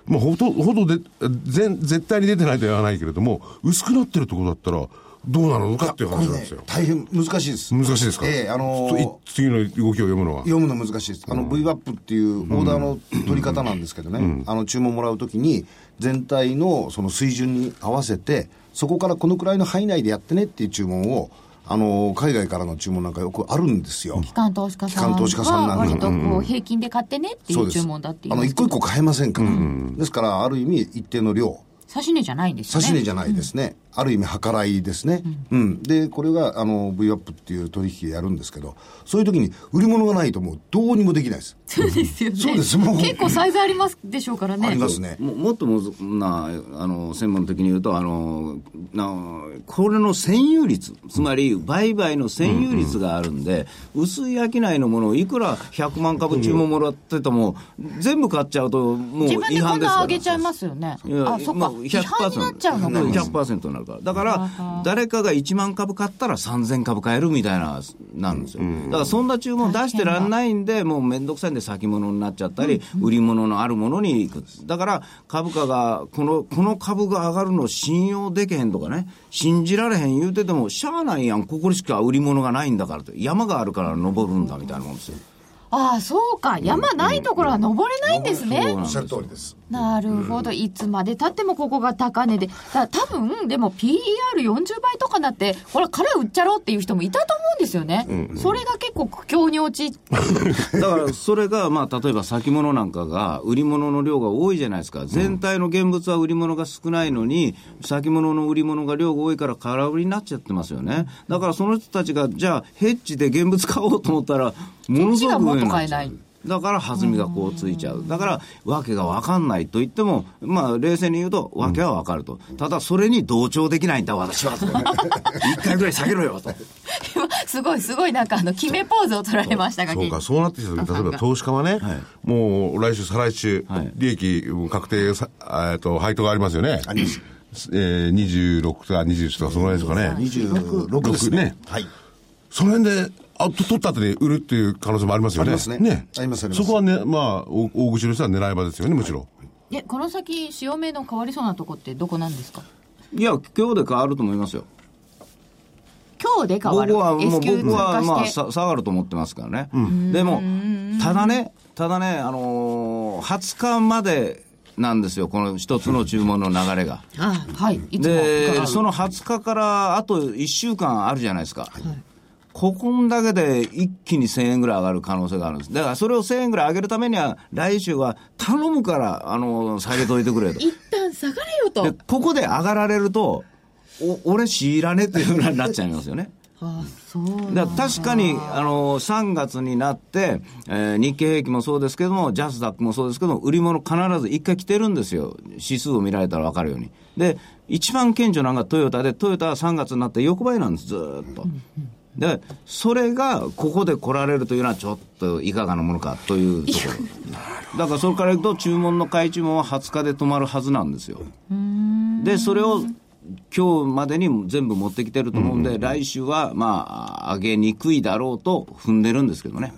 Speaker 4: まあ、ほとほとで全絶対に出てないとは言わないけれども薄くなってるとこだったらどうなのかっていう
Speaker 3: これ
Speaker 4: 話なん
Speaker 3: ね
Speaker 4: ですよ、
Speaker 3: 大変難しいです。
Speaker 4: 難しいですか、
Speaker 3: ええあのー
Speaker 4: ちょっとい次の動きを読むのは
Speaker 3: 読むの難しいです。あの、VWAP っていうオーダーの取り方なんですけどね、あの、注文もらうときに、全体のその水準に合わせて、そこからこのくらいの範囲内でやってねっていう注文を、あの、海外からの注文なんかよくあるんですよ。
Speaker 1: 機関投資家さ
Speaker 3: 機
Speaker 1: ん
Speaker 3: 関投資家さんなん
Speaker 1: は
Speaker 3: か
Speaker 1: 割とこう平均で買ってねってい
Speaker 3: そう
Speaker 1: う
Speaker 3: です。
Speaker 1: 注文だってい
Speaker 3: あの、
Speaker 1: う
Speaker 3: 一個一個買えませんから。ですから、ある意味、一定の量、
Speaker 1: 差し値じゃないんですよ
Speaker 3: 差
Speaker 1: ね
Speaker 3: し値じゃないですね。ある意味計らいですね、うんでこれがあの V アップっていう取引でやるんですけどそういう時に売り物がないともうどうにもできないです
Speaker 1: そうですよね。
Speaker 3: そうですもう
Speaker 1: 結構サイズありますでしょうからね。
Speaker 3: ありますね
Speaker 2: ももっともずなあの専門的に言うとあのなこれの占有率つまり売買の占有率があるんで、薄い商いのものをいくら100万株注文もらってても、全部買っちゃうともう
Speaker 1: 自分
Speaker 2: 違
Speaker 1: でこ
Speaker 2: 反
Speaker 1: ん
Speaker 2: です
Speaker 1: な
Speaker 2: から
Speaker 1: 上げちゃいますよね。
Speaker 2: いや
Speaker 1: あ、そっ
Speaker 2: ま
Speaker 1: か。
Speaker 2: あ
Speaker 1: 批判になっちゃうのか。
Speaker 2: 100%になるから。だから、誰かが1万株買ったら3000株買えるみたいな、なんですよ。だから、そんな注文出してらんないんで、もうめんどくさいんで先物になっちゃったり、売り物のあるものに行く。だから、株価が、この、この株が上がるの信用でけへんとかね、信じられへん言うてても、しゃあないやん、ここにしか売り物がないんだからって、山があるから登るんだみたいなもんですよ。
Speaker 1: ああ、そうか。山ないところは登れないんですね。
Speaker 2: そうなんで
Speaker 3: おっ
Speaker 2: す
Speaker 3: しゃ
Speaker 2: よ
Speaker 3: る通りです
Speaker 1: なるほど、いつまでたってもここが高値で、だ多分でも PER40 倍とかなって、これ、から売っちゃろうっていう人もいたと思うんですよね、それが結構苦境に陥って、
Speaker 2: だからそれが、まあ、例えば先物なんかが、売り物の量が多いじゃないですか、全体の現物は売り物が少ないのに、先物の売り物が量が多いから、空売りになっちゃってますよね、だからその人たちが、じゃあ、ヘッジで現物買おうと思ったら、ものすごく上にな
Speaker 1: そっちがも
Speaker 2: っちゃ。
Speaker 1: っと買えないう
Speaker 2: だから弾みがこうついちゃう、だから訳が分かんないと言っても、まあ、冷静に言うと、訳は分かると、ただそれに同調できないんだ、私はと、一回ぐらい下げろよと。
Speaker 1: すごいすごいなんかあの、決めポーズを取られましたが、
Speaker 4: そうか、
Speaker 1: き
Speaker 4: そうなってきた時例えば投資家はね、もう来週、再来週、
Speaker 2: はい
Speaker 4: 利益確定さ、えっと、配当がありますよね。あります。えー、26とか21とか、そのぐらいですかね。
Speaker 3: 26ですね
Speaker 4: ね
Speaker 3: はい
Speaker 4: その辺で、あと取った後に売るっていう可能性もありますよね。
Speaker 3: ありますねありますあります
Speaker 4: そこはね、まあ、お大口の人は狙い場ですよね、もちろん。
Speaker 1: えこの先、潮目の変わりそうなとこってどこなんですか
Speaker 2: いや、今日で変わると思いますよ。
Speaker 1: 今日で変わる、
Speaker 2: 僕はも
Speaker 1: S
Speaker 2: う
Speaker 1: 級
Speaker 2: 僕
Speaker 1: 通
Speaker 2: はま
Speaker 1: 過
Speaker 2: あ
Speaker 1: して、
Speaker 2: さ下がると思ってますからね、でも、ただね、ただね、あのー20日までなんですよ、この一つの注文の流れが。
Speaker 1: あはい、いつも伺
Speaker 2: で、
Speaker 1: う
Speaker 2: その20日からあと1週間あるじゃないですか。ここんだけで一気に1000円ぐらい上がる可能性があるんです。だからそれを1000円ぐらい上げるためには、来週は頼むから、あのー、下げといてくれと。
Speaker 1: 一旦下がれよと
Speaker 2: で、、ここで上がられると、お俺、知らねえっていうふうになっちゃいますよね。
Speaker 1: あそうなんだ
Speaker 2: だから確かにあの3月になって、えー日経平均もそうですけども、ジャスダックもそうですけども、売り物、必ず1回来てるんですよ、指数を見られたら分かるように。で、一番顕著なのがトヨタで、トヨタは3月になって横ばいなんです、ずーっと。で、それがここで来られるというのは、ちょっといかがなものかというところ、だからそれからいくと、注文の買い注文は20日で止まるはずなんですよ。で、それを今日までに全部持ってきてると思うんで、来週はまあ、上げにくいだろうと踏んでるんですけどね。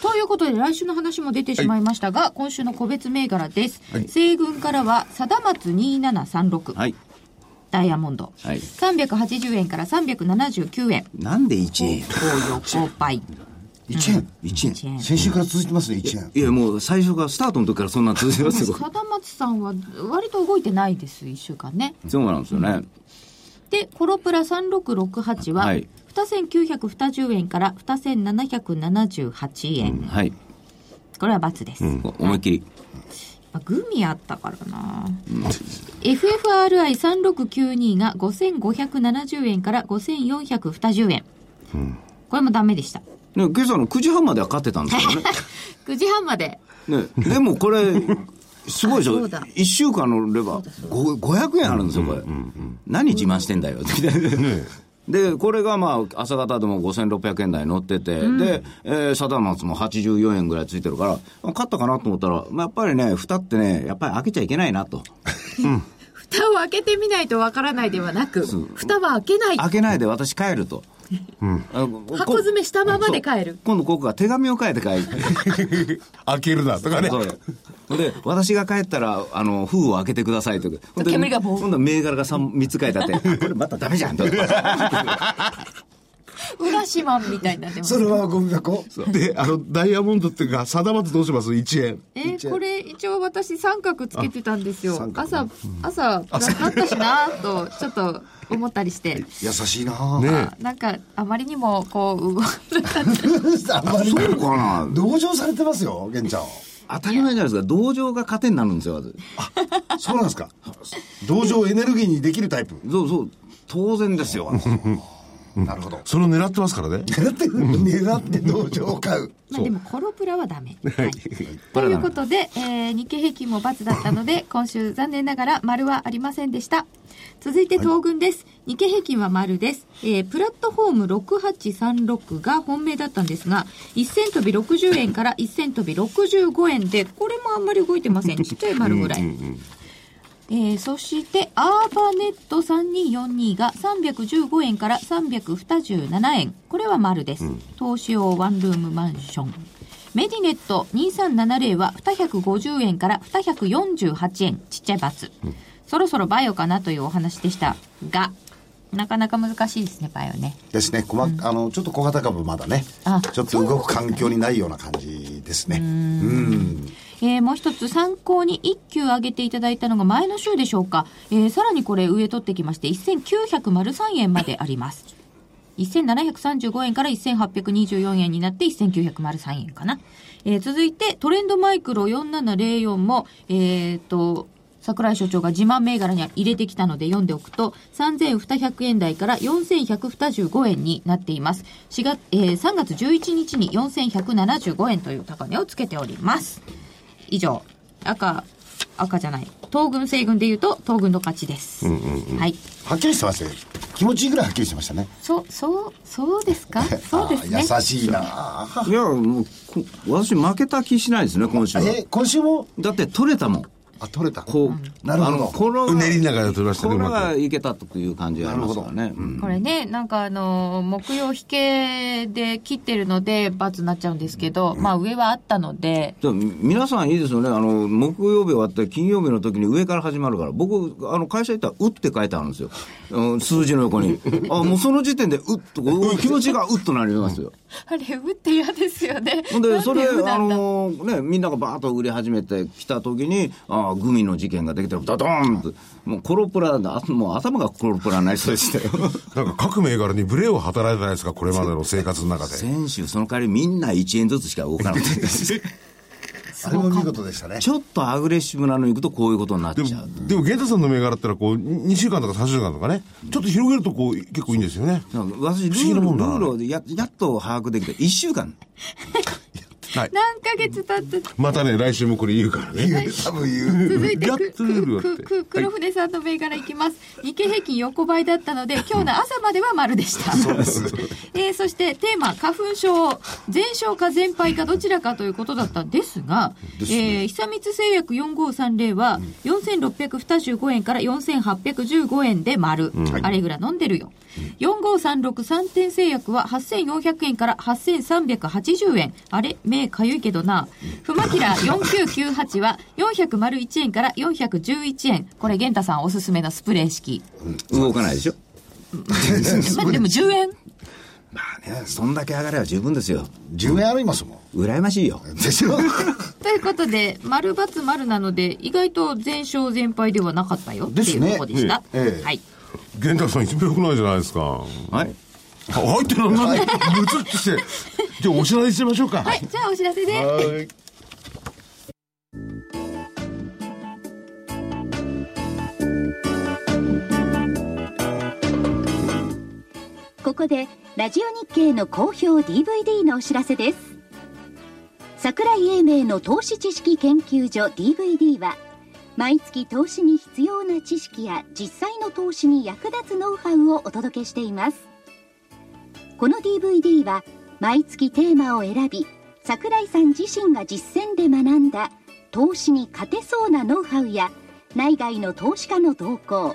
Speaker 1: ということで来週の話も出てしまいましたが、今週の個別銘柄です、西軍からは貞松2736、
Speaker 2: はい。
Speaker 1: ダイヤモンド、
Speaker 2: はい
Speaker 1: 380円から379円
Speaker 2: なんで1円
Speaker 1: 横ばい
Speaker 3: 1円
Speaker 2: ?1 円。
Speaker 1: 円
Speaker 3: 先週から続いてますね1円
Speaker 2: いや、もう最初からスタートの時からそんな続いてますよ。
Speaker 1: 貞松さんは割と動いてないです1週間ね
Speaker 2: そうなんですよね。
Speaker 1: でコロプラ3668は、
Speaker 2: はい
Speaker 1: 2920円から2778円、
Speaker 2: はい。
Speaker 1: これは×です、
Speaker 2: お思いっきり。
Speaker 1: あグミあったからな、FFRI3692 が5570円から5420円、これもダメでした
Speaker 2: ね、今朝の9時半までは勝ってたんですけど
Speaker 1: 9時半まで
Speaker 2: ね。ね、でもこれ、すごいでし
Speaker 1: そ
Speaker 2: ょ
Speaker 1: うだ
Speaker 2: 一週間のレバー、ご500円あるんですよ、これ。何自慢してんだよ、みたいな。で、これがまあ、朝方でも5600円台乗ってて、で、えー、サダマツも84円ぐらいついてるから、あ勝ったかなと思ったら、まあ、やっぱりね、蓋ってね、やっぱり開けちゃいけないなと。
Speaker 1: 蓋を開けてみないとわからないではなく蓋は開けない
Speaker 2: 開けないで私帰ると。あのこ
Speaker 1: 箱詰めしたままで帰る
Speaker 2: そう今度ここが手紙を書いて帰る。
Speaker 4: 開けるな、とかね。
Speaker 2: そうで私が帰ったらあの封を開けてくださいとかほんで
Speaker 1: 煙がボー
Speaker 2: ほんなら銘柄が 3, つ書いてあってあこれまたダメじゃんと
Speaker 1: 浦島みたいになってま
Speaker 3: そ
Speaker 1: す
Speaker 3: れはゴミ箱
Speaker 4: で、あの、ダイヤモンドっていうか、定まってどうします ?1 円。
Speaker 1: えーこれ一応私三角つけてたんですよ朝朝プラスだったしなーとちょっと思ったり して
Speaker 3: 優しいなあ
Speaker 4: ね
Speaker 1: なんかあまりにもこう動かなかった
Speaker 3: あんまり
Speaker 2: そうかな
Speaker 3: 同情されてますよ玄ちゃん
Speaker 2: 当たり前じゃないですか。同情が糧になるんですよ、まず
Speaker 3: そうなんですか。同情をエネルギーにできるタイプ。
Speaker 2: そうそう。当然ですよ。
Speaker 3: なるほど。
Speaker 4: それを狙ってますからね。
Speaker 3: 狙って、狙って同情を買う。
Speaker 1: まあ、でもコロプラはダメ。 はい、ということで、えー日経平均も×だったの で今週残念ながら丸はありませんでした続いて東軍です、日経平均は丸です、えープラットフォーム6836が本命だったんですが1000飛び60円から1000飛び65円でこれもあんまり動いてませんちっちゃい丸ぐらいえーそして、アーバネット3242が315円から327円。これは丸です。投資用ワンルームマンション。メディネット2370は250円から248円。ちっちゃいバツ。そろそろバイオかなというお話でしたが、なかなか難しいですね、バイオね。
Speaker 3: ですね。こま、あの、ちょっと小型株まだね
Speaker 1: あ。
Speaker 3: ちょっと動く環境にないような感じですね。うん。
Speaker 1: えーもう一つ参考に1級上げていただいたのが前の週でしょうか、えーさらにこれ上取ってきまして1903円まであります1735円から1824円になって1903円かな、えー続いてトレンドマイクロ4704もえっ、と桜井所長が自慢銘柄に入れてきたので読んでおくと、3200円台から4125円になっています。4月、えー3月11日に4175円という高値をつけております。以上赤赤じゃない東軍西軍でいうと東軍の勝ちです、はい
Speaker 3: はっきりしてますね。気持ちいいぐらいはっきりしてましたね。
Speaker 1: そうそうそうですかそうですね
Speaker 3: あー優しいなあ
Speaker 2: いや、もう、こ私負けた気しないですね、今週は。
Speaker 3: え、今週も、
Speaker 2: だって取れたもん。
Speaker 3: あ、取れた。
Speaker 2: こう、
Speaker 3: なるほど
Speaker 2: あのこの
Speaker 4: うねりながら取りましたね
Speaker 2: これ
Speaker 4: うま
Speaker 2: が
Speaker 4: く
Speaker 2: いけたという感じがありますからね。うん
Speaker 1: これねなんかあのー木曜日系で切ってるので罰になっちゃうんですけど、まあ上はあったので
Speaker 2: でも皆さんいいですよね。あの、木曜日終わって金曜日の時に上から始まるから、僕、あの、会社行ったら、うって書いてあるんですよ。うん数字の 横に。あ、もうその時点で、うっと、こう気持ちがうっとなりますよ。
Speaker 1: あれうって嫌ですよね
Speaker 2: ほんで、それ、
Speaker 1: なんでうな
Speaker 2: あ
Speaker 1: んだ
Speaker 2: のね、みんながバーッと売り始めてきた時に、ああ、グミの事件ができてる、ドドーンと、もうコロプラだ、あもう頭がコロプラになりそうでし たよ。
Speaker 4: なんか各銘柄にブレを働いてないですか、これまでの生活の中で。
Speaker 2: 先週、その代わりみんな1円ずつしか動かな かったです。
Speaker 3: あれも見事でしたね。
Speaker 2: ちょっとアグレッシブなのに行くと、こういうことになっち
Speaker 4: で
Speaker 2: ゃう。
Speaker 4: も、でも、源太さんの銘柄ってのは、こう、2週間とか3週間とかね、ちょっと広げると、こう、結構いいんですよね。
Speaker 2: なんか私、ル
Speaker 4: 不思議
Speaker 2: ー
Speaker 4: な
Speaker 2: ル
Speaker 4: もんだな
Speaker 2: ルールをややっと把握できて、1週間。
Speaker 4: はい。
Speaker 1: 何ヶ月経って
Speaker 4: またね、来週もこれ言うからね。
Speaker 3: 多分言う。
Speaker 1: 続いて
Speaker 4: やっ
Speaker 1: く
Speaker 4: とルール
Speaker 1: く
Speaker 4: があって
Speaker 1: くく黒船さんの銘柄いきます、日経平均横ばいだったので今日の朝までは丸でしたそうです、えーそしてテーマ花粉症全勝か全敗かどちらかということだったんですが、えー久光製薬4530は4625円から4815円で丸、あれぐらい飲んでるよ、4536三点製薬は8400円から8380円あれ目かゆいけどなフマキラー4998は401円から411円これ源太さんおすすめのスプレー式
Speaker 2: 動かないでしょ。
Speaker 1: まあでも10円
Speaker 2: まあね、そんだけ上がれば十分ですよ。
Speaker 3: 10円ありますも
Speaker 2: 羨ましいよ。
Speaker 3: ん。でしょ
Speaker 1: ということで丸×丸なので意外と全勝全敗ではなかったよって
Speaker 3: です
Speaker 1: いう
Speaker 3: ね
Speaker 1: とこでした、
Speaker 3: ええ
Speaker 1: はい
Speaker 4: 源太さん一番良くないじゃないですか。
Speaker 2: はい。
Speaker 4: あ入ってるなんで、ぶつってして。じゃあ、お知らせしましょうか。
Speaker 1: はいじゃあお知らせです
Speaker 3: はい。
Speaker 5: ここでラジオ日経の好評 DVD のお知らせです桜井英明の投資知識研究所 DVD は毎月投資に必要な知識や実際の投資に役立つノウハウをお届けしていますこの DVD は毎月テーマを選び桜井さん自身が実践で学んだ投資に勝てそうなノウハウや内外の投資家の動向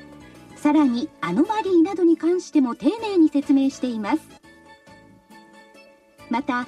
Speaker 5: さらにアノマリーなどに関しても丁寧に説明していますまた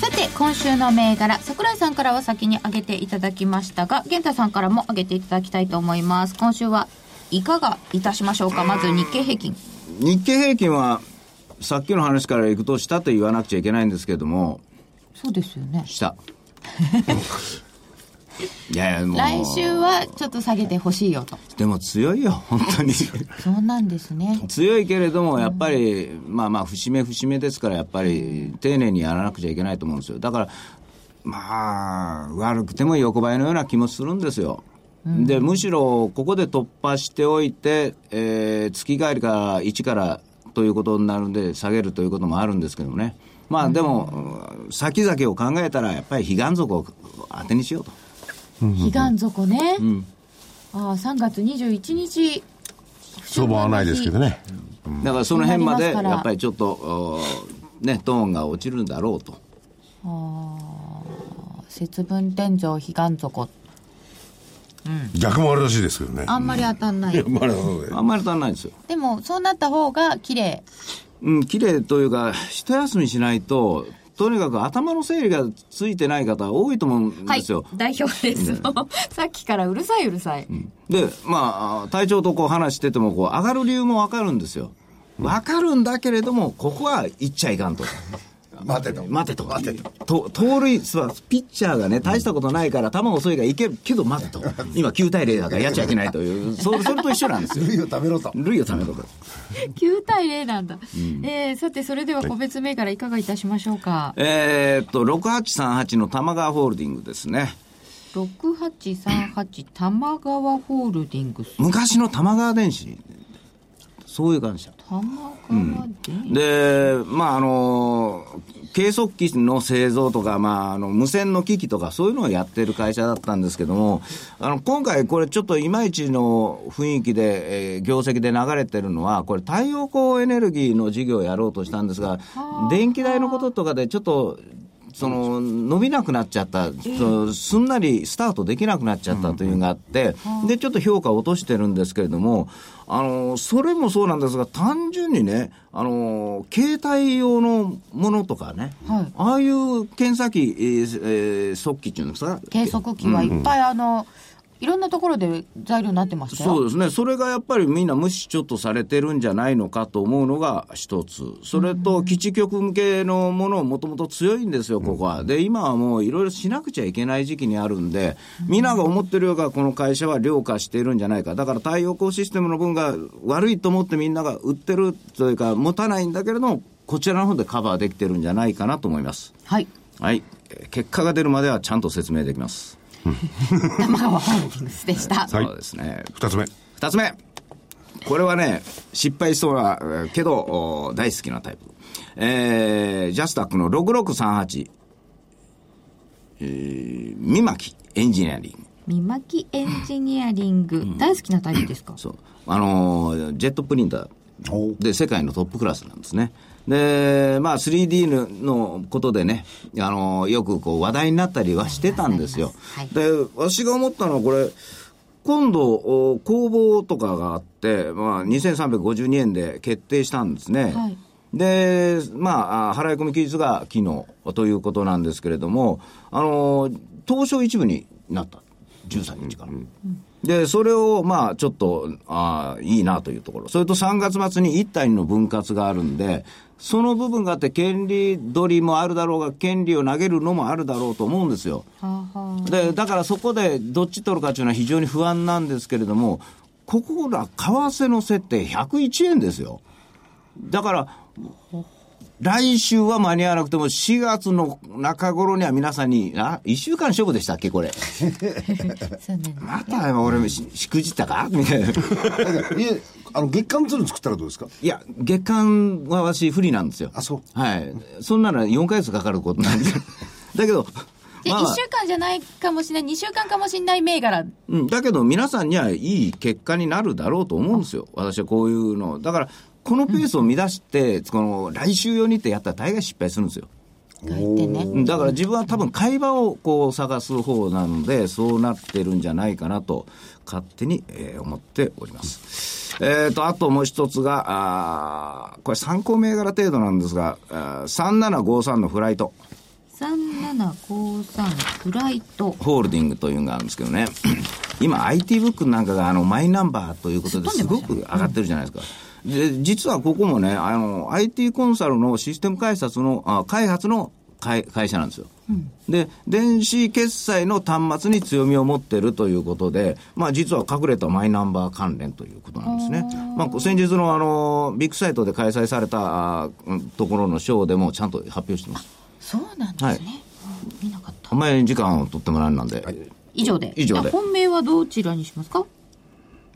Speaker 1: さて、て今週の銘柄桜井さんからは先に挙げていただきましたが源太さんからも挙げていただきたいと思います今週はいかがいたしましょうかまず日経平均
Speaker 2: 日経平均は、さっきの話からいくと、下と言わなくちゃいけないんですけれども、
Speaker 1: そうですよね
Speaker 2: 下。いやいや、もう。
Speaker 1: 来週はちょっと下げてほしいよと
Speaker 2: でも強いよ、本当に。
Speaker 1: そうなんですね
Speaker 2: 強いけれども、やっぱり、まあまあ、節目節目ですから、やっぱり、丁寧にやらなくちゃいけないと思うんですよ。だから、まあ、悪くても横ばいのような気もするんですよ。で、むしろ、ここで突破しておいて、えー月帰りから1からということになるんで、下げるということもあるんですけどもね。まあ、でも、うん先々を考えたら、やっぱり彼岸族を当てにしようと。
Speaker 1: 彼岸底ね、ああ3月21日
Speaker 4: 相場はないですけどね。
Speaker 2: だからその辺まで
Speaker 1: 気になりますから
Speaker 2: やっぱりちょっとおーねトーンが落ちるんだろうと
Speaker 1: 節分天井彼岸底
Speaker 4: 逆もあるらしいですけどね。
Speaker 1: あんまり当たんない
Speaker 4: や
Speaker 1: い
Speaker 4: まあそうだ
Speaker 2: あ
Speaker 4: よ
Speaker 2: んまり足らないんですよ
Speaker 1: でもそうなった方が綺麗
Speaker 2: うん綺麗というか一休みしないととにかく頭の整理がついてない方多いと思うん
Speaker 1: は
Speaker 2: で
Speaker 1: い
Speaker 2: すよ、
Speaker 1: 代表です、さっきからうるさいうるさい、
Speaker 2: でまあ体調とこう話しててもこう上がる理由も分かるんですよ分かるんだけれどもここは行っちゃいかんと
Speaker 3: 待てと。
Speaker 2: 待てと待てと盗塁そうピッチャーがね大したことないから球遅いからいけるけど待てと今9対0だからやっちゃいけないというそれそれと一緒なんですよ
Speaker 3: ルイを食べろと。
Speaker 2: 類を貯めとく。
Speaker 1: 9対0なんだ、えーさてそれでは個別銘柄いかがいたしましょうか
Speaker 2: えーっと、6838の玉川ホールディングですね。
Speaker 1: 6838玉川ホールディングス
Speaker 2: 昔の玉川電子。そういう感じだ。
Speaker 1: 玉川で、
Speaker 2: で、まあ、あの、計測機の製造とか、まあ、あの、無線の機器とか、そういうのをやってる会社だったんですけども、あの、今回これちょっといまいちの雰囲気で、えー業績で流れてるのは、これ太陽光エネルギーの事業をやろうとしたんですが、電気代のこととかでちょっと、その伸びなくなっちゃった、そうすんなりスタートできなくなっちゃったというのがあって、でちょっと評価を落としてるんですけれども、あのそれもそうなんですが、単純にね、あの携帯用のものとかね、
Speaker 1: はい
Speaker 2: ああいう検査機、えーえー測器っていうんですか、
Speaker 1: 計測器はいっぱい、あのいろんなところで材料になってましたよ
Speaker 2: そうですね、それがやっぱりみんな無視ちょっとされてるんじゃないのかと思うのが一つ、それと基地局向けのものもともと強いんですよ、ここは。で、今はもういろいろしなくちゃいけない時期にあるんで、皆が思ってるよりはこの会社は良化しているんじゃないか、だから太陽光システムの分が悪いと思ってみんなが売ってるというか、持たないんだけれども、こちらの方でカバーできてるんじゃないかなと思います。
Speaker 1: はい
Speaker 2: はい、えー結果が出るまではちゃんと説明できます。
Speaker 1: 玉川ホールディングスでした
Speaker 4: はい
Speaker 2: そうですね。
Speaker 4: 二つ目。
Speaker 2: 二つ目これはね失敗しそうなえーけどお大好きなタイプえージャスタックの6638えー三巻エンジニアリング
Speaker 1: 三巻エンジニアリング、大好きなタイプですか
Speaker 2: そうあのージェットプリンタ
Speaker 3: お
Speaker 2: ーで世界のトップクラスなんですねでまあ 3D ののことでね、あのーよくこう話題になったりはしてたんですよ、
Speaker 1: はい
Speaker 2: で私が思ったのはこれ今度お工房とかがあって、まあ、2352円で決定したんですね、
Speaker 1: はい
Speaker 2: で、まああ、払い込み期日が昨日ということなんですけれども、あの東証一部になった、13日から。で、それを、まあ、ちょっと、あーいいなというところ。それと3月末に1対2の分割があるんで、その部分があって、権利取りもあるだろうが、権利を投げるのもあるだろうと思うんですよ。
Speaker 1: はあはあ
Speaker 2: でだからそこでどっち取るかというのは非常に不安なんですけれども、ここら、為替の設定101円ですよ。だから、来週は間に合わなくても、4月の中頃には皆さんに、あ、1週間勝負でしたっけ、これ。
Speaker 1: そうね
Speaker 2: また俺、ししくじったかみたいな。
Speaker 3: いえ、あの、月間ツール作ったらどうですか
Speaker 2: いや、月間は私不利なんですよ。
Speaker 3: あそう
Speaker 2: はい。そんなの4ヶ月かかることなんですよだけど、
Speaker 1: で、一
Speaker 2: まあまあ
Speaker 1: 1週間じゃないかもしれない2週間かもしれない銘柄
Speaker 2: うん、だけど皆さんにはいい結果になるだろうと思うんですよ、私はこういうのを、だからこのペースを乱して、この来週用にってやったら大概失敗するんですよ、
Speaker 1: がいてね
Speaker 2: うんだから自分は多分会話をこう探す方なので、そうなってるんじゃないかなと、勝手に、えー思っております。えー、とあともう一つが、あーこれ、参考銘柄程度なんですが、あー3753のフライト、
Speaker 8: 3753フライト
Speaker 2: ホールディングというのがあるんですけどね、 今、IT ブックなんかがあのマイナンバーということですごく上がってるじゃないですか。で実はここもね、あの、IT コンサルのシステム開発の、あ開発の会会社なんですよ、で、電子決済の端末に強みを持ってるということで、まあ実は隠れたマイナンバー関連ということなんですね。まあ先日のあの、ビッグサイトで開催されたあうんところのショーでもちゃんと発表してます。
Speaker 8: そうなんですね、
Speaker 2: はい
Speaker 8: うん見なかった
Speaker 2: あんまり時間を取ってもらうなんで、
Speaker 8: 以上で
Speaker 2: 以上で
Speaker 8: じゃあ本命はどちらにしますか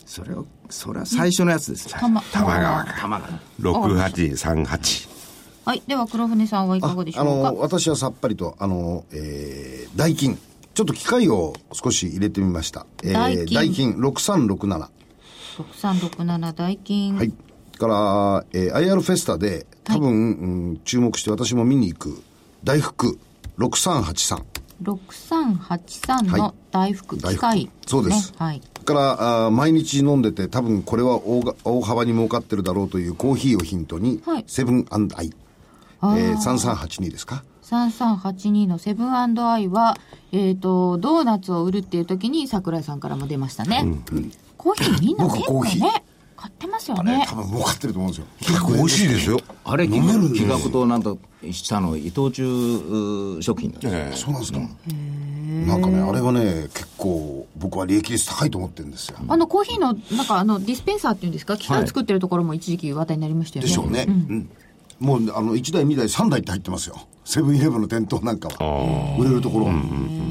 Speaker 2: それを、それは最初のやつです。
Speaker 8: たま
Speaker 4: 玉川か
Speaker 2: 玉が。
Speaker 4: 6838
Speaker 8: はいでは黒船さんはいかがでし
Speaker 3: あ
Speaker 8: ょうか
Speaker 3: の私はさっぱりとあの、えー、代金ちょっと機械を少し入れてみました、え
Speaker 8: 代金
Speaker 3: 代金6367
Speaker 8: 6367代金、
Speaker 3: はいから、えー IR フェスタで多分、うん注目して私も見に行く大福6383
Speaker 8: 6383の大福、
Speaker 3: はい
Speaker 8: 機械、ね
Speaker 3: 大福そうです
Speaker 8: はい、
Speaker 3: からあー毎日飲んでて多分これは大が大幅に儲かってるだろうというコーヒーをヒントに、
Speaker 8: はい
Speaker 3: セブンアイ、え
Speaker 8: あ
Speaker 3: ー、
Speaker 8: ー
Speaker 3: 3382ですか
Speaker 8: 3382のセブンアイは、えっ、と、ドーナツを売るっていう時に桜井さんからも出ましたね。コーヒーみんな
Speaker 3: 僕
Speaker 8: 結
Speaker 3: コ
Speaker 8: 構
Speaker 3: ーヒー
Speaker 8: ね、買ってますよ
Speaker 3: あれ
Speaker 8: ね
Speaker 3: 多。分儲かってると思うんですよ
Speaker 9: 結構美味しいですよ
Speaker 2: あれ、
Speaker 3: 飲めるんです
Speaker 2: 企画となんとしたの、伊藤忠うー食品なんですよ
Speaker 9: ええ
Speaker 3: そうなんですかなんかねあれはね結構僕は利益率高いと思ってるんですよ
Speaker 8: あの、コーヒーの、なんかあの、ディスペンサーっていうんですか、機械作ってるところも一時期話題になりましたよ
Speaker 3: で
Speaker 8: ね。
Speaker 3: しょうね、うんもうあの1台2台3台って入ってますよセブンイレブンの店頭なんかは売れるところは、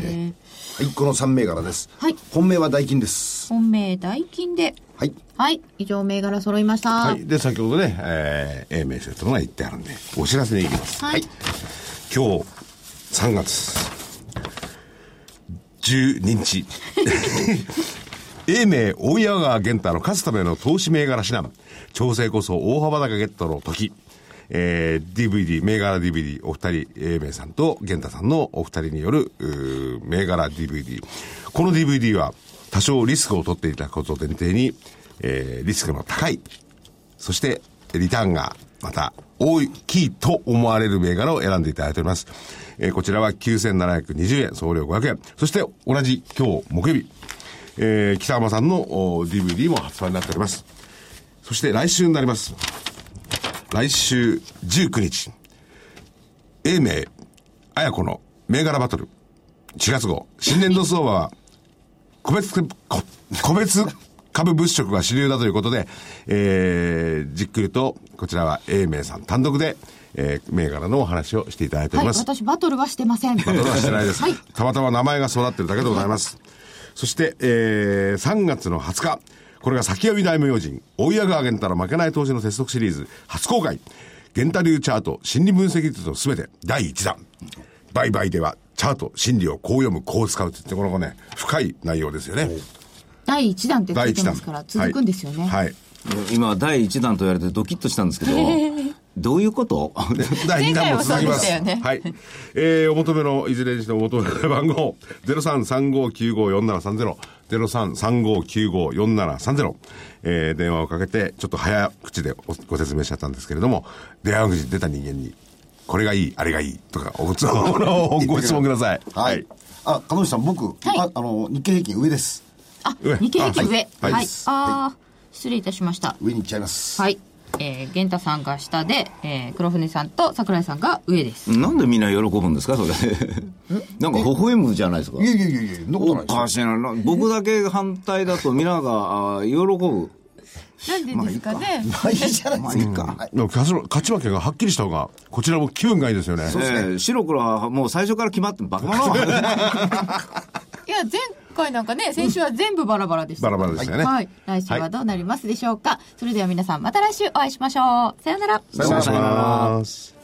Speaker 3: ええはいこの3銘柄です、
Speaker 8: はい
Speaker 3: 本命は代金です
Speaker 8: 本命、代金で。
Speaker 3: はい
Speaker 8: はい、以上、銘柄揃いました。は
Speaker 4: はい
Speaker 8: い。
Speaker 4: で先ほどね、えー、A 名セットのが言ってあるんでお知らせに行きます今日3月12日英明大矢川源太の勝つための投資銘柄指南調整こそ大幅高ゲットの時えー DVD 銘柄 DVD お二人英明さんと源太さんのお二人によるうー銘柄 DVD この DVD は多少リスクを取っていただくことを前提に、えーリスクの高いそして、リターンがまた大きいと思われる銘柄を選んでいただいております。えーこちらは9720円、送料500円。そして、同じ今日木曜日、えー北山さんのお DVD も発売になっております。そして来週になります。来週19日、英明、綾子の銘柄バトル、4月号、新年度相場は、個別株、こ個別株物色が主流だということで、えー、じっくりと、こちらは英明さん単独で、えー、銘柄のお話をしていただいております。
Speaker 8: 私、バトルはしてません。
Speaker 4: バトルはしてないです。
Speaker 8: はい。
Speaker 4: たまたま名前がそうなってるだけでございます。そして、えー、3月の20日、これが先読み大名用人、大矢川源太の負けない投資の鉄則シリーズ、初公開、源太流チャート、心理分析術のすべて、第1弾。売買では、チャート、心理をこう読む、こう使うって言って、このね、深い内容ですよね。
Speaker 8: 第1弾ってつ
Speaker 4: 第
Speaker 8: いて
Speaker 4: 1
Speaker 8: ま
Speaker 4: 弾
Speaker 8: すから、続くんですよね。
Speaker 4: はい、はい
Speaker 2: 今、第1弾と言われてドキッとしたんですけど、どういうこと
Speaker 4: 第2弾
Speaker 8: 前回
Speaker 4: も
Speaker 8: は
Speaker 4: 続きま。
Speaker 8: そうですしたよね
Speaker 4: はい。えー、お求めの、いずれにしてもお求めの番号、0335954730、0335954730、えー、電話をかけて、ちょっと早口でおご説明しちゃったんですけれども、電話口に出た人間に、これがいい、あれがいい、とか、おご質問をご質問ください。
Speaker 3: はい、あ彼女さん僕、ああの日経平均上です
Speaker 8: あ
Speaker 4: 上、
Speaker 8: 日経平均上。はい
Speaker 4: あ。はいはい
Speaker 8: あー失礼いたしました。
Speaker 3: 上に行っちゃいます、
Speaker 8: はい。えー、玄太さんが下で、えー、黒船さんと桜井さんが上です。
Speaker 2: なんでみんな喜ぶんですか、それ。なんか微笑むじゃないですか
Speaker 3: い、。やいやいやいやそんなことない
Speaker 2: おか
Speaker 3: です
Speaker 2: しいな。な僕だけ反対だと皆があ喜ぶ。
Speaker 8: なんでですかね。
Speaker 3: よいいじゃ ないですか、はい
Speaker 4: でも勝ち勝ち負けがはっきりした方が、こちらも気分がいいですよね。
Speaker 2: えー白黒はもう最初から決まって、バカ 者
Speaker 8: いや、前回なんかね、先週は全部バラバラでした。
Speaker 4: バラバラでしたよね
Speaker 8: はい。来週はどうなりますでしょうか。それでは皆さん、また来週お会いしましょう。さようなら。
Speaker 4: 失礼します。